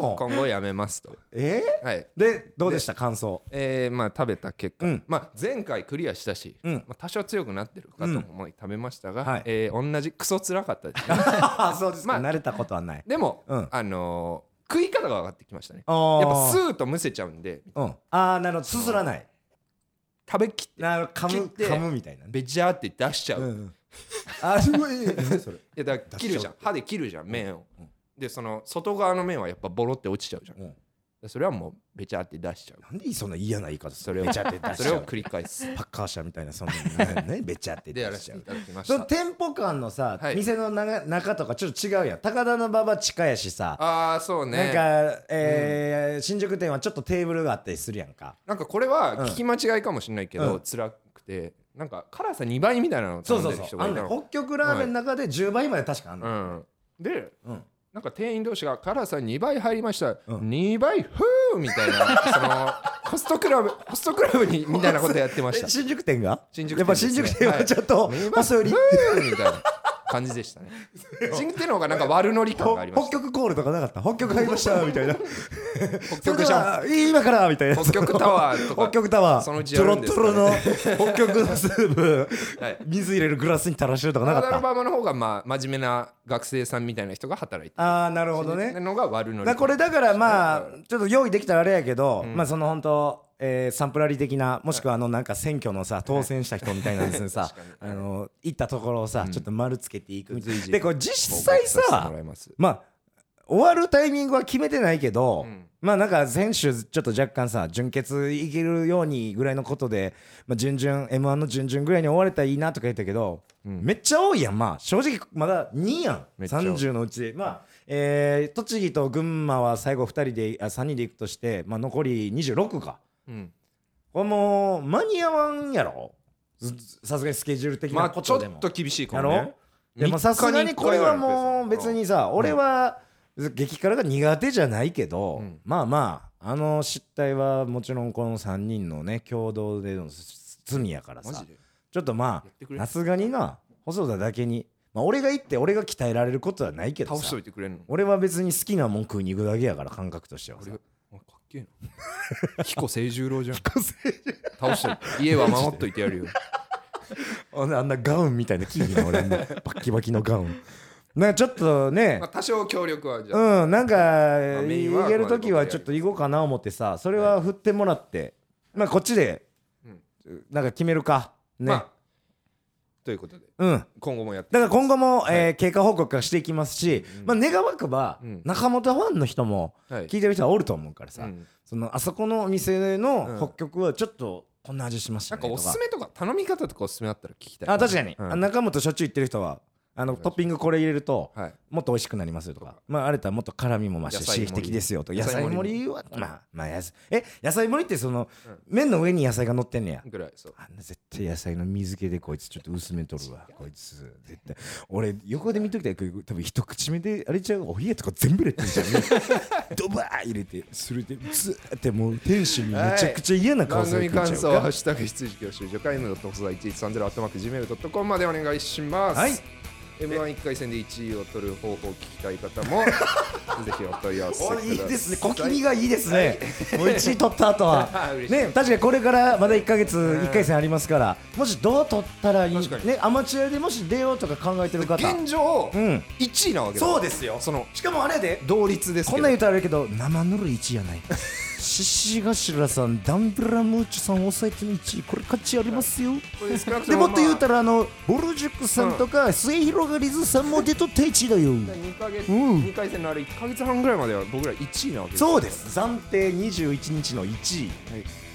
Speaker 2: んの、
Speaker 1: 今後やめますと
Speaker 2: え
Speaker 1: はい
Speaker 2: でどうでした感想
Speaker 1: えーまあ食べた結果、
Speaker 2: うん
Speaker 1: まあ、前回クリアしたし、
Speaker 2: うん
Speaker 1: [laughs] まあ、多少強くなってるかと思い食べましたが、
Speaker 2: はい
Speaker 1: えー同じクソ辛かったです、ね、
Speaker 2: [laughs] あそうです
Speaker 1: まあ
Speaker 2: 慣れたことはない
Speaker 1: でも、
Speaker 2: うん
Speaker 1: あのー食い方が分かってきましたね
Speaker 2: あ
Speaker 1: や
Speaker 2: ー
Speaker 1: っぱスーッとむせちゃうんで
Speaker 2: うん、ああなるほどすすらない
Speaker 1: 食べきって
Speaker 2: なるほど噛む
Speaker 1: 切って
Speaker 2: 噛むみたいなね
Speaker 1: べちゃーって出しちゃう、
Speaker 2: うんう
Speaker 1: い
Speaker 2: んあすごいそれ
Speaker 1: やだから切るじ
Speaker 2: 出しち
Speaker 1: ゃ
Speaker 2: ゃ
Speaker 1: ん歯で切るじゃん麺を、
Speaker 2: うん
Speaker 1: でその外側の麺はやっぱボロって落ちちゃうじゃん
Speaker 2: うん
Speaker 1: でそれはもうべちゃーって出しちゃう
Speaker 2: なんでそんな嫌な言い方す
Speaker 1: そ
Speaker 2: る
Speaker 1: れを
Speaker 2: べちゃって出し
Speaker 1: そ
Speaker 2: ち
Speaker 1: れ
Speaker 2: ゃ
Speaker 1: を
Speaker 2: う
Speaker 1: 繰り返す
Speaker 2: パッカー車みたいなそんな
Speaker 1: [laughs]
Speaker 2: ねべちゃって
Speaker 1: でやら
Speaker 2: 出
Speaker 1: せ
Speaker 2: してち
Speaker 1: い
Speaker 2: ゃう
Speaker 1: ただきまし
Speaker 2: その
Speaker 1: た
Speaker 2: 店舗間のさ、
Speaker 1: はい
Speaker 2: 店のなが中とかちょっと違うやん高田の馬場近やしさ、
Speaker 1: ああそうね
Speaker 2: なんか、えー新宿店はちょっとテーブルがあったりするやんか
Speaker 1: なんかこれは聞き間違いかもしれないけど、
Speaker 2: うん
Speaker 1: 辛くてなんか辛さ2倍みたいなのを
Speaker 2: そ
Speaker 1: 頼
Speaker 2: うんそ
Speaker 1: で
Speaker 2: う
Speaker 1: る
Speaker 2: そう
Speaker 1: 人
Speaker 2: あ
Speaker 1: がい
Speaker 2: の
Speaker 1: た
Speaker 2: ね
Speaker 1: の
Speaker 2: 北極ラーメンの中で10倍まで確かあんの、
Speaker 1: うんで
Speaker 2: うん
Speaker 1: なんか店員同士が辛さ2倍入りました、
Speaker 2: うん
Speaker 1: 2倍ふーみたいなそのホストクラブホストクラブにみたいなことやってまし
Speaker 2: え
Speaker 1: た
Speaker 2: 新宿店が
Speaker 1: 新宿店
Speaker 2: やっぱ
Speaker 1: です
Speaker 2: 新
Speaker 1: ね
Speaker 2: 宿店はちょっと
Speaker 1: 2倍
Speaker 2: 細より、
Speaker 1: ふ [laughs] ーみたいな感じでしたね新宿店の方がなんか悪ノリ感がありま
Speaker 2: 北
Speaker 1: した
Speaker 2: 極コールとかなかった北極入りましたみたいな
Speaker 1: [laughs] 北
Speaker 2: それ
Speaker 1: 極
Speaker 2: で
Speaker 1: じゃん
Speaker 2: は今からみたいな
Speaker 1: 北極タワーとか
Speaker 2: 北極タワー
Speaker 1: そのうちや
Speaker 2: ト
Speaker 1: る
Speaker 2: ロ
Speaker 1: ん
Speaker 2: ッ
Speaker 1: です
Speaker 2: ト
Speaker 1: かね
Speaker 2: ロの北極のスープ
Speaker 1: はい
Speaker 2: 水入れるグラスに垂らしてるとかな
Speaker 1: ア
Speaker 2: かっ
Speaker 1: ダル
Speaker 2: た
Speaker 1: ババの方がまあ真面目な学生さんみたいな人が働いてる
Speaker 2: ああなるほどね
Speaker 1: のが悪ノリ
Speaker 2: だ
Speaker 1: 感
Speaker 2: これだからまあちょっと用意できたらあれやけど、
Speaker 1: ん
Speaker 2: まあその本当えーサンプラリー的なもしくはあのなんか選挙のさ当選した人みたいなです
Speaker 1: [laughs]
Speaker 2: ねさあの行ったところをさ、ちょっと丸つけていくみたい
Speaker 1: 随時
Speaker 2: でこれ実際
Speaker 1: 報告せて
Speaker 2: さ
Speaker 1: もらいます
Speaker 2: まあ終わるタイミングは決めてないけど、
Speaker 1: うん
Speaker 2: まあなんか先週ちょっと若干さ準決いけるようにぐらいのことで、まあ、準々 m 1の準々ぐらいに終われたらいいなとか言ったけど、めっちゃ多いやんまあ正直まだ2やん
Speaker 1: めっちゃ多い
Speaker 2: 30のうちでまあ、えー栃木と群馬は最後2人であ3人で行くとして、まあ、残り26か
Speaker 1: うん
Speaker 2: これもう間に合わんやろずさすがにスケジュール的
Speaker 1: ま
Speaker 2: な
Speaker 1: あ
Speaker 2: こ
Speaker 1: ちょ
Speaker 2: とで
Speaker 1: っ
Speaker 2: も、
Speaker 1: と厳しいか
Speaker 2: や
Speaker 1: もね
Speaker 2: ろでもさすがにこれはもう別にさ俺は激辛が苦手じゃないけど、
Speaker 1: うん
Speaker 2: まあまああの失態はもちろんこの3人のね共同での罪やから
Speaker 1: マ
Speaker 2: さ
Speaker 1: ジで
Speaker 2: ちょっとま
Speaker 1: やってく
Speaker 2: あ
Speaker 1: れ
Speaker 2: さすがにな細田だけに、まあ、俺が行って俺が鍛えられることはないけど
Speaker 1: 倒し
Speaker 2: さ
Speaker 1: といてくれん
Speaker 2: [laughs]
Speaker 1: の
Speaker 2: 俺は別に好きなもん食いに行くだけやから感覚としてはさ
Speaker 1: 俺がお前かっけえな彦清十郎じゃん倒してる家は守っといてやる
Speaker 2: [laughs]
Speaker 1: よ
Speaker 2: あんなあんなガウンみたいな着いひん俺もうバッキバキのガウンなんかちょっとね
Speaker 1: まあ多少協力はじゃあ
Speaker 2: うん、なんか、
Speaker 1: メインは
Speaker 2: 行けるときはちょっと行こうかな思ってさ、それは振ってもらって、まあ、こっちで
Speaker 1: うん、
Speaker 2: なんか決めるか。ね。
Speaker 1: まあということで
Speaker 2: うん。
Speaker 1: 今後もやって
Speaker 2: だから今後も、えー経過報告はしていきますし、
Speaker 1: うん
Speaker 2: まあ、願わくば、
Speaker 1: うん
Speaker 2: 中本ファンの人も、
Speaker 1: はい
Speaker 2: 聞いてる人はおると思うから
Speaker 1: う
Speaker 2: さ、
Speaker 1: ん
Speaker 2: その、あそこのお店
Speaker 1: うん
Speaker 2: の北極はちょっと、こんな味しまし
Speaker 1: な
Speaker 2: た
Speaker 1: ん
Speaker 2: ね
Speaker 1: か
Speaker 2: と
Speaker 1: おすすめとか頼み方とかおすすめあったら聞きたい
Speaker 2: あ、確かに。
Speaker 1: うん
Speaker 2: あ中本しょっちゅう行ってる人は、あの、トッピングこれ入れると、
Speaker 1: はい
Speaker 2: もっと美味しくなりますよとか、まあ、あれたらもっと辛みも増して
Speaker 1: 野菜盛り
Speaker 2: 刺激的ですよと
Speaker 1: 野
Speaker 2: 野
Speaker 1: 菜盛
Speaker 2: 菜
Speaker 1: り
Speaker 2: 盛りはまあまあやすえ野菜盛りってその、
Speaker 1: うん
Speaker 2: 麺の上に野菜が乗ってんねや
Speaker 1: ぐらいそう
Speaker 2: あんな絶対野菜の水気でこいつちょっと薄めとるわこいつ絶対俺横で見ときたいけど多分一口目であれちゃうお冷やとか全部入れてんじゃん
Speaker 1: [laughs]
Speaker 2: ドバー入れてそれでずーってもう店主にめちゃくちゃ嫌な顔
Speaker 1: 番
Speaker 2: され
Speaker 1: 組
Speaker 2: てん
Speaker 1: 感
Speaker 2: ちゃう
Speaker 1: 想
Speaker 2: か
Speaker 1: は「ハッシュタグ羊教習所」回のドット細田1130アットマーク Gmail.com までお願いします、
Speaker 2: はい
Speaker 1: m 1 1回戦で1位を取る方法を聞きたい方もぜひお問い合わせくだ
Speaker 2: お
Speaker 1: さい
Speaker 2: いいですね、小気味がいいですね、もう1位取った後は
Speaker 1: 嬉しい
Speaker 2: ね、確かにこれからまだ1か月、1回戦ありますから、もしどう取ったらいい、ね
Speaker 1: 確かに、
Speaker 2: アマチュアでもし出ようとか考えてる方、
Speaker 1: 現状、
Speaker 2: うん、
Speaker 1: 1位なわけだ
Speaker 2: そうですよ
Speaker 1: その
Speaker 2: しかもあれやで、
Speaker 1: 同率です
Speaker 2: こ
Speaker 1: け
Speaker 2: ん
Speaker 1: ど
Speaker 2: なん言うたらあれやけど、生ぬる1位やない、獅子頭さん、ダンブラムーチュさんを抑えての1位、これ価値ありますよ。
Speaker 1: これ少なくと
Speaker 2: でもっと言うた
Speaker 1: ら
Speaker 2: ら、あのボルジュックさんとか、末広がりずさんも出とった1位だよ。
Speaker 1: 2, ヶ月、
Speaker 2: うん
Speaker 1: 2回戦のあれ1か月半ぐらいまでは僕ら1位なわけです
Speaker 2: そうです暫定21日の1位、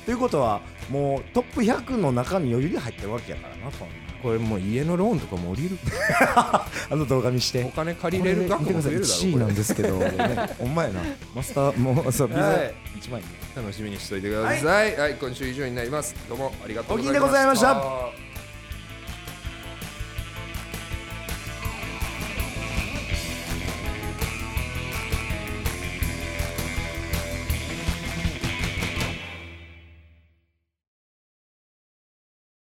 Speaker 2: ということはもうトップ100の中に余裕で入ってるわけやからなこんな
Speaker 1: これもう家のローンとかも降りる
Speaker 2: あの動画見して
Speaker 1: お金借りれる額
Speaker 2: こ
Speaker 1: も
Speaker 2: 見
Speaker 1: 増
Speaker 2: て
Speaker 1: え
Speaker 2: く
Speaker 1: る
Speaker 2: だ
Speaker 1: だ
Speaker 2: さい1位
Speaker 1: ろ
Speaker 2: な
Speaker 1: うん
Speaker 2: ですけ
Speaker 1: [laughs]
Speaker 2: どねお前なマスターもうそうビザ
Speaker 1: はい
Speaker 2: 1枚ね
Speaker 1: これ楽しみにしといてくださいはい、今週以上になりますどうもありがとうございました
Speaker 2: お聞きでございました